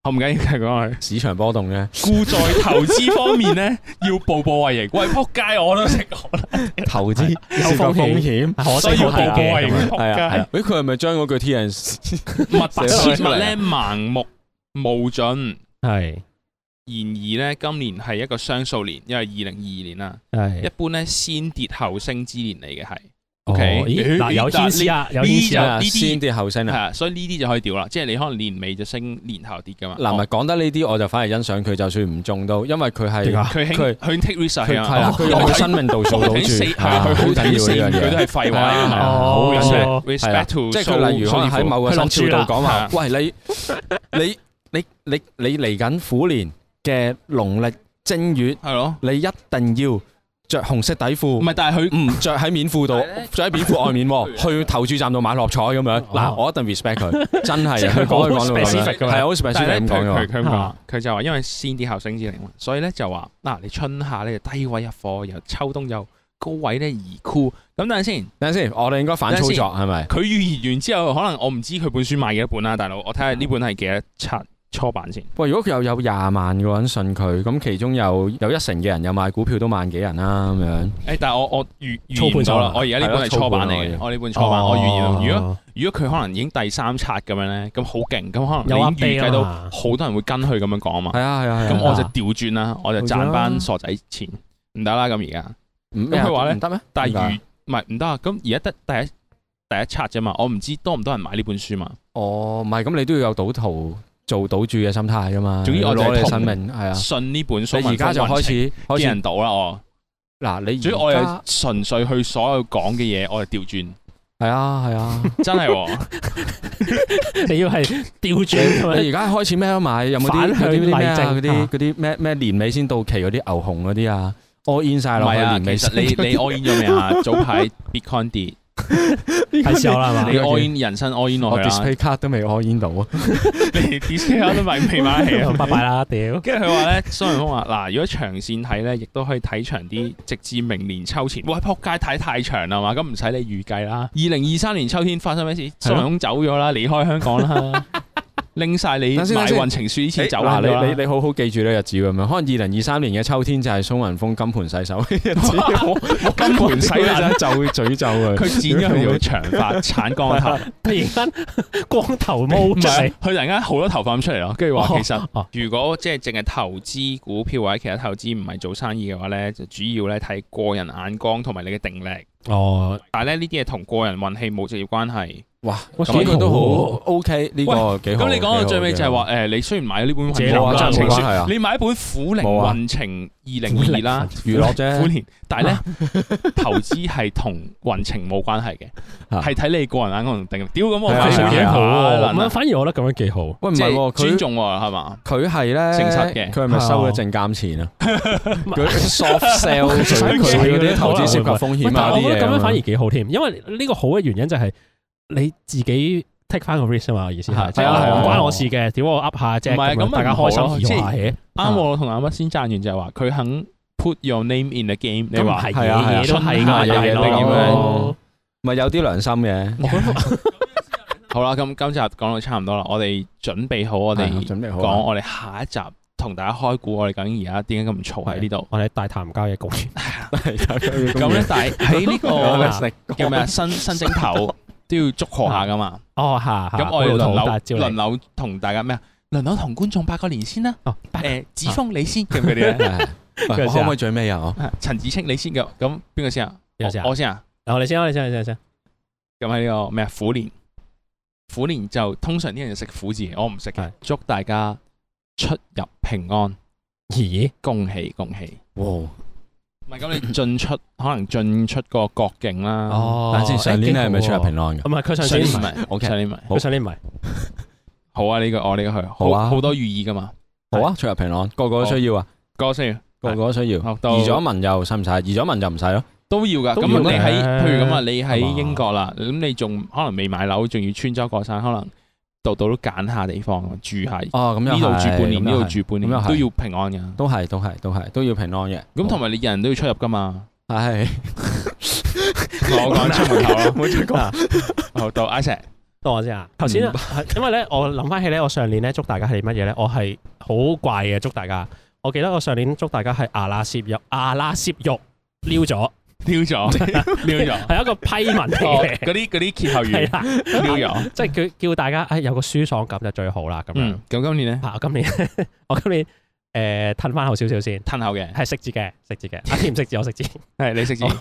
Speaker 3: 我唔緊要繼續講佢。
Speaker 4: 市場波動嘅
Speaker 3: 故在投資方面 咧，要步步為營。喂，仆街，我都識講啦，
Speaker 4: 投資
Speaker 2: 有
Speaker 4: 涉及
Speaker 2: 風險
Speaker 4: 險，
Speaker 2: 我
Speaker 3: 所以要步步為營。
Speaker 4: 係啊，係
Speaker 3: 仆
Speaker 4: 啊。誒，佢係咪將嗰句 T N
Speaker 3: 街，物
Speaker 4: 寫
Speaker 3: 切
Speaker 4: 咗出嚟
Speaker 3: 勿
Speaker 4: 啊
Speaker 3: 咧盲目無盡。
Speaker 2: 係
Speaker 3: 然而咧，今年係一個雙數年，因為二零二二年啦，一
Speaker 2: 係。
Speaker 3: 般咧先跌後升之年嚟嘅係。
Speaker 2: 哦
Speaker 3: OK，
Speaker 2: 咦嗱有天使啊，有天使啊，
Speaker 3: 呢啲
Speaker 4: 先跌後升
Speaker 3: 係
Speaker 4: 啊？
Speaker 3: 啊，所以呢啲就可以掉啦，即係你可能年尾就升，年頭跌噶嘛。
Speaker 4: 嗱，咪講得呢啲，我就反而欣賞佢，就算唔中都，因為佢係
Speaker 2: 點解
Speaker 4: 啊
Speaker 3: 佢
Speaker 4: 佢
Speaker 3: 興佢興 take risk 啊
Speaker 4: 佢
Speaker 3: 係
Speaker 4: 係
Speaker 3: 啊，
Speaker 4: 啦，佢用佢生命度數到
Speaker 3: 我
Speaker 4: 住，
Speaker 3: 睇四，
Speaker 4: 係
Speaker 3: 係
Speaker 4: 啊
Speaker 3: 啊
Speaker 4: 好
Speaker 3: 佢
Speaker 4: 緊
Speaker 3: 睇
Speaker 4: 要
Speaker 3: 四
Speaker 4: 呢樣
Speaker 3: 佢都係
Speaker 4: 嘢。
Speaker 3: 廢
Speaker 4: 係啊係
Speaker 3: 話
Speaker 4: 啊
Speaker 2: 好
Speaker 3: 好
Speaker 2: 緊要
Speaker 3: respect
Speaker 2: 係
Speaker 4: 係啦
Speaker 3: respect to
Speaker 4: 即係佢例如可能喺某個生肖度講話，喂你你你你你嚟緊虎年嘅農曆正月，
Speaker 3: 係咯，
Speaker 4: 你一定要着紅色底褲
Speaker 3: 唔。係，但係佢
Speaker 4: 唔着喺面 褲度
Speaker 3: 係咧，
Speaker 4: 着喺面褲外面喎，去投注站度買六合彩咁樣。嗱，
Speaker 2: 哦
Speaker 4: 我一定 respect 佢，真係
Speaker 2: 即係
Speaker 4: 佢講
Speaker 2: 好
Speaker 4: 佢講到咁
Speaker 2: specific
Speaker 4: 樣，
Speaker 2: 咁樣
Speaker 4: 係好 specific
Speaker 3: 但係咧佢
Speaker 4: 咁講嘅喎。
Speaker 3: 佢佢咁講
Speaker 2: 啊，
Speaker 3: 佢就話因為先跌後升之靈嘛，所以咧就話嗱，你春夏咧就低位入貨，然後秋冬又高位咧移酷。咁等陣先，
Speaker 4: 等陣先，我哋應該反操作
Speaker 3: 等
Speaker 4: 係咪？
Speaker 3: 佢預言完之後，可能我唔知佢本書賣幾多本啦，大佬，我睇下呢本係幾多冊初版先。
Speaker 4: 喂，如果佢又有廿萬個人信佢，咁其中有有一成嘅人有買股票都萬幾人啦，咁樣。
Speaker 3: 誒，但係我我
Speaker 2: 操
Speaker 3: 預預
Speaker 2: 盤
Speaker 3: 言
Speaker 2: 手
Speaker 3: 咗
Speaker 2: 啦
Speaker 3: 啦，我而家呢本係
Speaker 4: 係咯
Speaker 3: 初版嚟
Speaker 4: 操盤
Speaker 3: 嘅
Speaker 4: 啦，
Speaker 3: 我呢本初版我預言
Speaker 2: 哦
Speaker 3: 咗。如果如果佢可能已經第三冊咁樣咧，咁好勁，咁可
Speaker 2: 有
Speaker 3: 能你已經
Speaker 2: update
Speaker 3: 預計到
Speaker 2: 啊嘛
Speaker 3: 好多人會跟佢咁樣講啊嘛。
Speaker 4: 係啊係啊係啊。
Speaker 3: 咁我就
Speaker 2: 啊
Speaker 3: 調轉啦，我就賺翻傻仔錢，唔得啦咁而家。
Speaker 4: 唔咩啊
Speaker 3: 咁佢話咧
Speaker 4: 唔得咩？
Speaker 3: 但
Speaker 4: 點
Speaker 3: 係
Speaker 4: 解
Speaker 3: 如唔係唔得啊！咁而家得第一第一冊啫嘛，我唔知多唔多人買呢本書嘛。
Speaker 4: 哦，唔係咁你都要有賭徒做賭注嘅心態㗎嘛。
Speaker 3: 總之我就係
Speaker 4: 攞你
Speaker 3: 同
Speaker 4: 生命係啊。
Speaker 3: 信呢本書，
Speaker 4: 你而家就開始開
Speaker 3: 啲
Speaker 4: 始
Speaker 3: 人到啦我。
Speaker 4: 嗱，你
Speaker 3: 所以我
Speaker 4: 而
Speaker 3: 又
Speaker 4: 家
Speaker 3: 純粹去所有講嘅嘢，我就調 轉，
Speaker 4: 係 啊係啊。
Speaker 3: 真係喎。
Speaker 2: 你要係調轉咁樣
Speaker 4: 你而家開始咩都買，有冇啲
Speaker 2: 反向
Speaker 4: 有啲啲咩啊
Speaker 2: 例
Speaker 4: 嗰
Speaker 2: 證啊
Speaker 4: 啲嗰啲咩咩年尾先到期嗰啲牛熊嗰啲啊，all in 晒
Speaker 3: 唔
Speaker 4: 落去
Speaker 3: 係啊，
Speaker 4: 年
Speaker 3: 其
Speaker 4: 尾
Speaker 3: 實
Speaker 4: 先。
Speaker 3: 你你 all in 咗未啊？早排 Bitcoin 跌，
Speaker 2: 係時候啦係
Speaker 4: 啊
Speaker 3: 你
Speaker 2: 嘛？
Speaker 3: all in 人生 all in 落
Speaker 4: 我
Speaker 3: 去啦
Speaker 4: display。card 都未 all in 到啊！
Speaker 3: 你 discount 都未未買起啊！
Speaker 2: 拜拜啦，屌！
Speaker 3: 跟住佢話咧， 蘇永峰話嗱，如果長線睇咧，亦都可以睇長啲，直至明年秋前。喂，撲街睇太長啦嘛，咁唔使你預計啦。二零二三年秋天發生咩事？蘇
Speaker 4: 咯
Speaker 3: 永峰走咗啦，離開香港 啦，拎晒你買
Speaker 4: 等先等先
Speaker 3: 運程書之前走
Speaker 4: 哎嗱，
Speaker 3: 啦。
Speaker 4: 你你你好好記住呢個日子咁樣，可能二零二三年嘅秋天就係蘇雲峰金盆洗手 嘅 日子，我
Speaker 3: 金盆洗
Speaker 4: 真
Speaker 3: 眼，
Speaker 4: 係就詛咒佢。
Speaker 3: 佢剪咗佢條長髮，鏟光個 頭，
Speaker 2: 突然間光頭毛
Speaker 3: 唔
Speaker 2: 出嚟
Speaker 3: 係啊，佢突然間好多頭髮咁出嚟咯。跟住話其實
Speaker 2: 哦
Speaker 3: 如果即係淨係投資股票或者其他投資唔係做生意嘅話咧，就主要咧睇個人眼光同埋你嘅定力。
Speaker 2: 哦，
Speaker 3: 但係咧呢啲嘢同個人運氣冇直接關係，
Speaker 4: 哇，
Speaker 2: 哇
Speaker 4: 咁
Speaker 2: 幾
Speaker 4: 呢個
Speaker 2: 好
Speaker 4: 都
Speaker 2: 喎
Speaker 4: 好 OK，呢個幾好。
Speaker 3: 咁你講到最尾就係
Speaker 4: 係
Speaker 3: 話，誒，你雖然買咗呢本《
Speaker 2: 自己
Speaker 3: 雲
Speaker 2: 諗
Speaker 3: 浪
Speaker 2: 啦
Speaker 3: 真情
Speaker 2: 冇
Speaker 3: 書
Speaker 4: 關係啊》，
Speaker 3: 你買一本《苦靈
Speaker 4: 冇啊
Speaker 3: 運程二零二啦，
Speaker 4: 娛樂 啫
Speaker 3: 苦年，但係咧投資係同運程冇關係嘅，
Speaker 4: 啊
Speaker 3: 係睇你個人眼光同定。屌咁我
Speaker 4: 係啊
Speaker 3: 買
Speaker 4: 係
Speaker 3: 少
Speaker 4: 啊
Speaker 2: 幾
Speaker 3: 嘢
Speaker 2: 好喎，
Speaker 3: 啊
Speaker 2: 咁
Speaker 3: 撚
Speaker 2: 樣
Speaker 3: 啊，
Speaker 2: 反而我覺得咁樣幾好。
Speaker 4: 喂，唔
Speaker 3: 即
Speaker 4: 係
Speaker 3: 係
Speaker 4: 喎，
Speaker 3: 尊
Speaker 4: 佢
Speaker 3: 重喎，係嘛？
Speaker 4: 佢係咧，
Speaker 3: 誠實嘅
Speaker 4: 佢係咪收咗證監 錢啊？佢 soft sell 佢
Speaker 2: 想
Speaker 4: 佢嗰
Speaker 2: 知
Speaker 4: 啲投資涉及風
Speaker 2: 喂
Speaker 4: 險
Speaker 2: 但
Speaker 4: 啊
Speaker 2: 係我
Speaker 4: 啲
Speaker 2: 覺
Speaker 4: 嘢
Speaker 2: 得
Speaker 4: 啊
Speaker 2: 咁
Speaker 4: 嘛
Speaker 2: 樣反而幾好添，因為呢個好嘅原因就係你自己 take 翻個 risk 啊嘛，意思係，即係
Speaker 3: 係啊
Speaker 2: 我
Speaker 3: 係啊
Speaker 2: 唔關我事嘅，屌我噏下啫，
Speaker 3: 唔係啊咁咪
Speaker 2: 大家開心而下嘅，
Speaker 3: 啱我同阿乜先贊完就係話佢肯 put your name in the game，你
Speaker 2: 咁
Speaker 3: 話
Speaker 2: 係
Speaker 4: 係啊
Speaker 2: 嘢嘢都係
Speaker 4: 係啊
Speaker 2: 㗎，
Speaker 4: 係啊
Speaker 2: 大佬
Speaker 4: 係啊係啊咪有啲良心嘅。
Speaker 3: 好啦，咁今集講到差唔多啦，我哋準備好我
Speaker 4: 我
Speaker 3: 哋
Speaker 4: 啊準
Speaker 2: 啊
Speaker 4: 備好
Speaker 3: 講
Speaker 4: 啦。
Speaker 3: 我哋下一集同大家開估我哋究竟而家點解咁嘈喺呢度。
Speaker 2: 我哋大談交嘅局面，
Speaker 3: 咁
Speaker 4: 咁
Speaker 3: 咧，但係喺呢 個
Speaker 2: 我
Speaker 3: 叫咩啊？新新正 頭都要祝賀下噶嘛。
Speaker 2: 哦嚇，嚇
Speaker 3: 咁我
Speaker 2: 老
Speaker 3: 哋
Speaker 2: 土
Speaker 3: 輪
Speaker 2: 大
Speaker 3: 流
Speaker 2: 招嚟
Speaker 3: 輪流同大家咩啊？輪流同觀眾拜個年先啦。
Speaker 2: 哦拜哦
Speaker 3: 誒，子峰你先咁嗰 啲咧，
Speaker 4: 我可唔可以最尾啊？
Speaker 3: 啊陳子清你先嘅，咁邊個先啊？
Speaker 2: 邊個先啊
Speaker 3: 我我先啊。
Speaker 2: 我哋先，我哋先，我哋先。
Speaker 3: 咁喺呢個咩啊？虎年，虎年就通常啲人就食虎字，我唔食嘅
Speaker 2: 係。
Speaker 3: 祝大家出入平安，
Speaker 2: 咦？
Speaker 3: 恭喜恭喜！
Speaker 4: 哇！
Speaker 3: 唔係咁，你進出可能進出個國境啦。
Speaker 2: 哦
Speaker 4: 但係上年你係咪出入平安嘅？
Speaker 2: 唔係佢上
Speaker 3: 上
Speaker 2: 年唔
Speaker 3: 年唔
Speaker 2: 係，
Speaker 3: 係
Speaker 4: OK
Speaker 3: 上年唔係。
Speaker 2: 佢上年唔係。
Speaker 3: 好啊，呢個我呢個去，
Speaker 4: 好啊
Speaker 3: 好多寓意噶嘛。
Speaker 4: 好啊，出入平安，個個都需要啊，
Speaker 3: 歌先
Speaker 4: 個個都需要。
Speaker 3: 學到
Speaker 4: 嗯移咗民又使唔使？移咗民就唔使咯。
Speaker 3: 都要噶。
Speaker 2: 都
Speaker 3: 咁
Speaker 2: 要
Speaker 3: 你
Speaker 2: 嘅
Speaker 3: 喺譬如咁啊，你喺
Speaker 2: 係嘛
Speaker 3: 英國啦，咁你仲可能未買樓，仲要穿州過省，可能度度都揀下地方啊住喺呢
Speaker 4: 哦，咁又
Speaker 3: 度住半年，呢度住半年
Speaker 4: 咁又係
Speaker 3: 都要平安噶。
Speaker 4: 都係都係都係都要平安嘅。
Speaker 3: 咁同埋你人都要出入噶嘛。
Speaker 4: 係
Speaker 3: 我講出 門口咯，
Speaker 4: 冇錯
Speaker 2: 啊
Speaker 3: 好到 i s a
Speaker 2: 當我先啊，頭先啊，因為咧，我諗翻起咧，我上年咧祝大家係乜嘢咧？我係好怪嘅祝大家。我記得我上年祝大家係牙罅攝肉，牙罅攝肉撩咗，
Speaker 3: 撩咗撩咗。
Speaker 2: 係一個批文
Speaker 3: 哦
Speaker 2: 嚟嘅，
Speaker 3: 嗰啲嗰啲歇後
Speaker 2: 係啊
Speaker 3: 語
Speaker 2: 啦，
Speaker 3: 撩咗。
Speaker 2: 即係佢叫大家誒有個舒爽感就最好啦咁樣
Speaker 3: 嗯。，咁今年咧
Speaker 2: 啊，我今年我今年誒褪翻後少少先，
Speaker 3: 吞口嘅，
Speaker 2: 係食字嘅，食字嘅，阿添唔食字，我食字。
Speaker 3: 係你食字。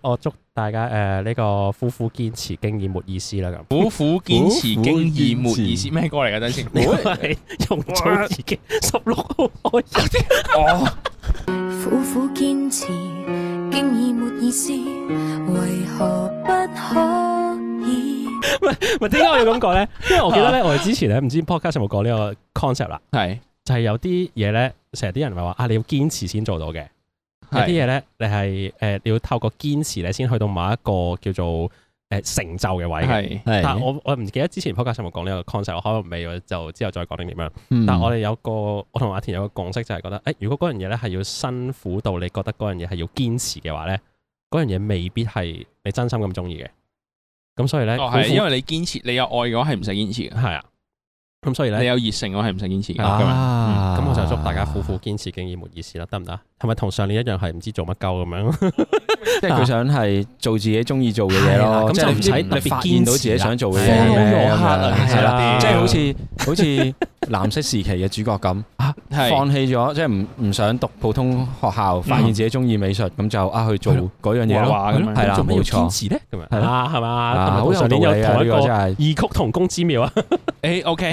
Speaker 2: 我哦祝大家誒呢個苦苦堅持，經已沒意思啦咁。
Speaker 3: 苦苦堅持，
Speaker 4: 苦苦
Speaker 3: 經已
Speaker 4: 堅
Speaker 3: 沒
Speaker 4: 持
Speaker 3: 意思。咩歌嚟㗎？等先。
Speaker 2: 呢個 係容祖兒嘅十六號開始。
Speaker 7: 苦苦堅持，經已沒意思，為何不可以？
Speaker 2: 咪點解我要咁講咧？因為我記得咧，我哋之前咧唔知 podcast 有冇講呢個 concept 啦，
Speaker 3: 係
Speaker 2: 就係有啲嘢咧，成日啲人咪話啊，你要堅持先做到嘅。有啲
Speaker 3: 係
Speaker 2: 嘢咧，你係誒、呃你要透過堅持咧，先去到某一個叫做誒、呃成就嘅位嘅。
Speaker 3: 係
Speaker 4: 係
Speaker 2: 但係我我唔記得之前 podcast 有冇講呢個 concept，我可能未，我就之後再講定點樣。
Speaker 4: 嗯
Speaker 2: 但係我哋有個，我同阿田有個共識就係覺得，誒、如果嗰樣嘢咧係要辛苦到你覺得嗰樣嘢係要堅持嘅話咧，嗰樣嘢未必係你真心咁中意嘅。咁所以咧，
Speaker 3: 哦，
Speaker 2: 苦
Speaker 3: 係
Speaker 2: 苦
Speaker 3: 因為你堅持，你有愛嘅話係唔使堅持嘅，
Speaker 2: 係啊，咁所以
Speaker 3: 你
Speaker 2: 咧，
Speaker 3: 有熱誠嘅話係唔使堅持嘅。咁樣
Speaker 4: 啊
Speaker 2: 咁我就祝大家苦苦堅持，經已沒意思啦，得唔得？係咪同上年一樣係唔知做乜鳩咁樣？
Speaker 4: 即係佢想係做自己中意做嘅嘢
Speaker 2: 係啦
Speaker 4: 咯，
Speaker 2: 咁
Speaker 4: 即係
Speaker 2: 就唔
Speaker 4: 你
Speaker 2: 使
Speaker 4: 你
Speaker 2: 特別
Speaker 4: 發
Speaker 2: 堅
Speaker 4: 現到自
Speaker 2: 持
Speaker 4: 己
Speaker 2: 啦
Speaker 4: 想做嘅嘢
Speaker 2: Follow
Speaker 4: 咩
Speaker 3: your
Speaker 4: 咁
Speaker 3: heart 啊
Speaker 4: 樣
Speaker 3: 其實
Speaker 4: 係啦，
Speaker 3: 啲
Speaker 4: 即係好似好似藍色時期嘅主角 咁，
Speaker 3: 係
Speaker 4: 放棄咗，即係唔唔想讀普通學校，發現自己中意美術，咁就啊去做
Speaker 2: 係咯
Speaker 4: 嗰樣嘢咯，
Speaker 3: 話咁樣
Speaker 4: 係啦
Speaker 2: 做咩要
Speaker 4: 冇錯
Speaker 2: 堅持咧？咁樣
Speaker 4: 係咯
Speaker 2: 啊，係嘛？
Speaker 4: 啊
Speaker 2: 同
Speaker 4: 好
Speaker 2: 埋
Speaker 4: 有
Speaker 2: 上
Speaker 4: 道
Speaker 2: 年有
Speaker 4: 理啊！
Speaker 2: 同
Speaker 4: 呢
Speaker 2: 一
Speaker 4: 個
Speaker 2: 個
Speaker 4: 真係
Speaker 2: 異曲同工之 妙啊！
Speaker 3: 誒 OK，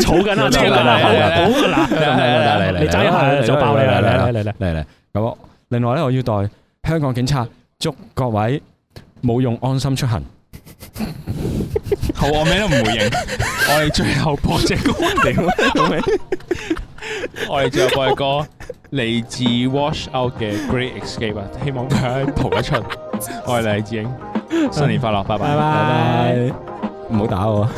Speaker 2: 儲緊啦，儲緊啦，
Speaker 4: 嚟嚟
Speaker 2: 好㗎啦，
Speaker 4: 嚟嚟嚟嚟
Speaker 2: 你爭一下就爆你啦，嚟嚟嚟嚟，
Speaker 4: 嚟嚟咁我另外咧，我要代香港警察祝各位冇用安心出行。
Speaker 3: 好，我咩都唔回應。我哋最後播只歌，我哋最後播嘅歌嚟自 Wash Out 嘅 Great Escape 啊，希望大家逃得出。我係黎智英，新年快樂，拜拜
Speaker 2: 拜。拜。
Speaker 4: 唔好打我。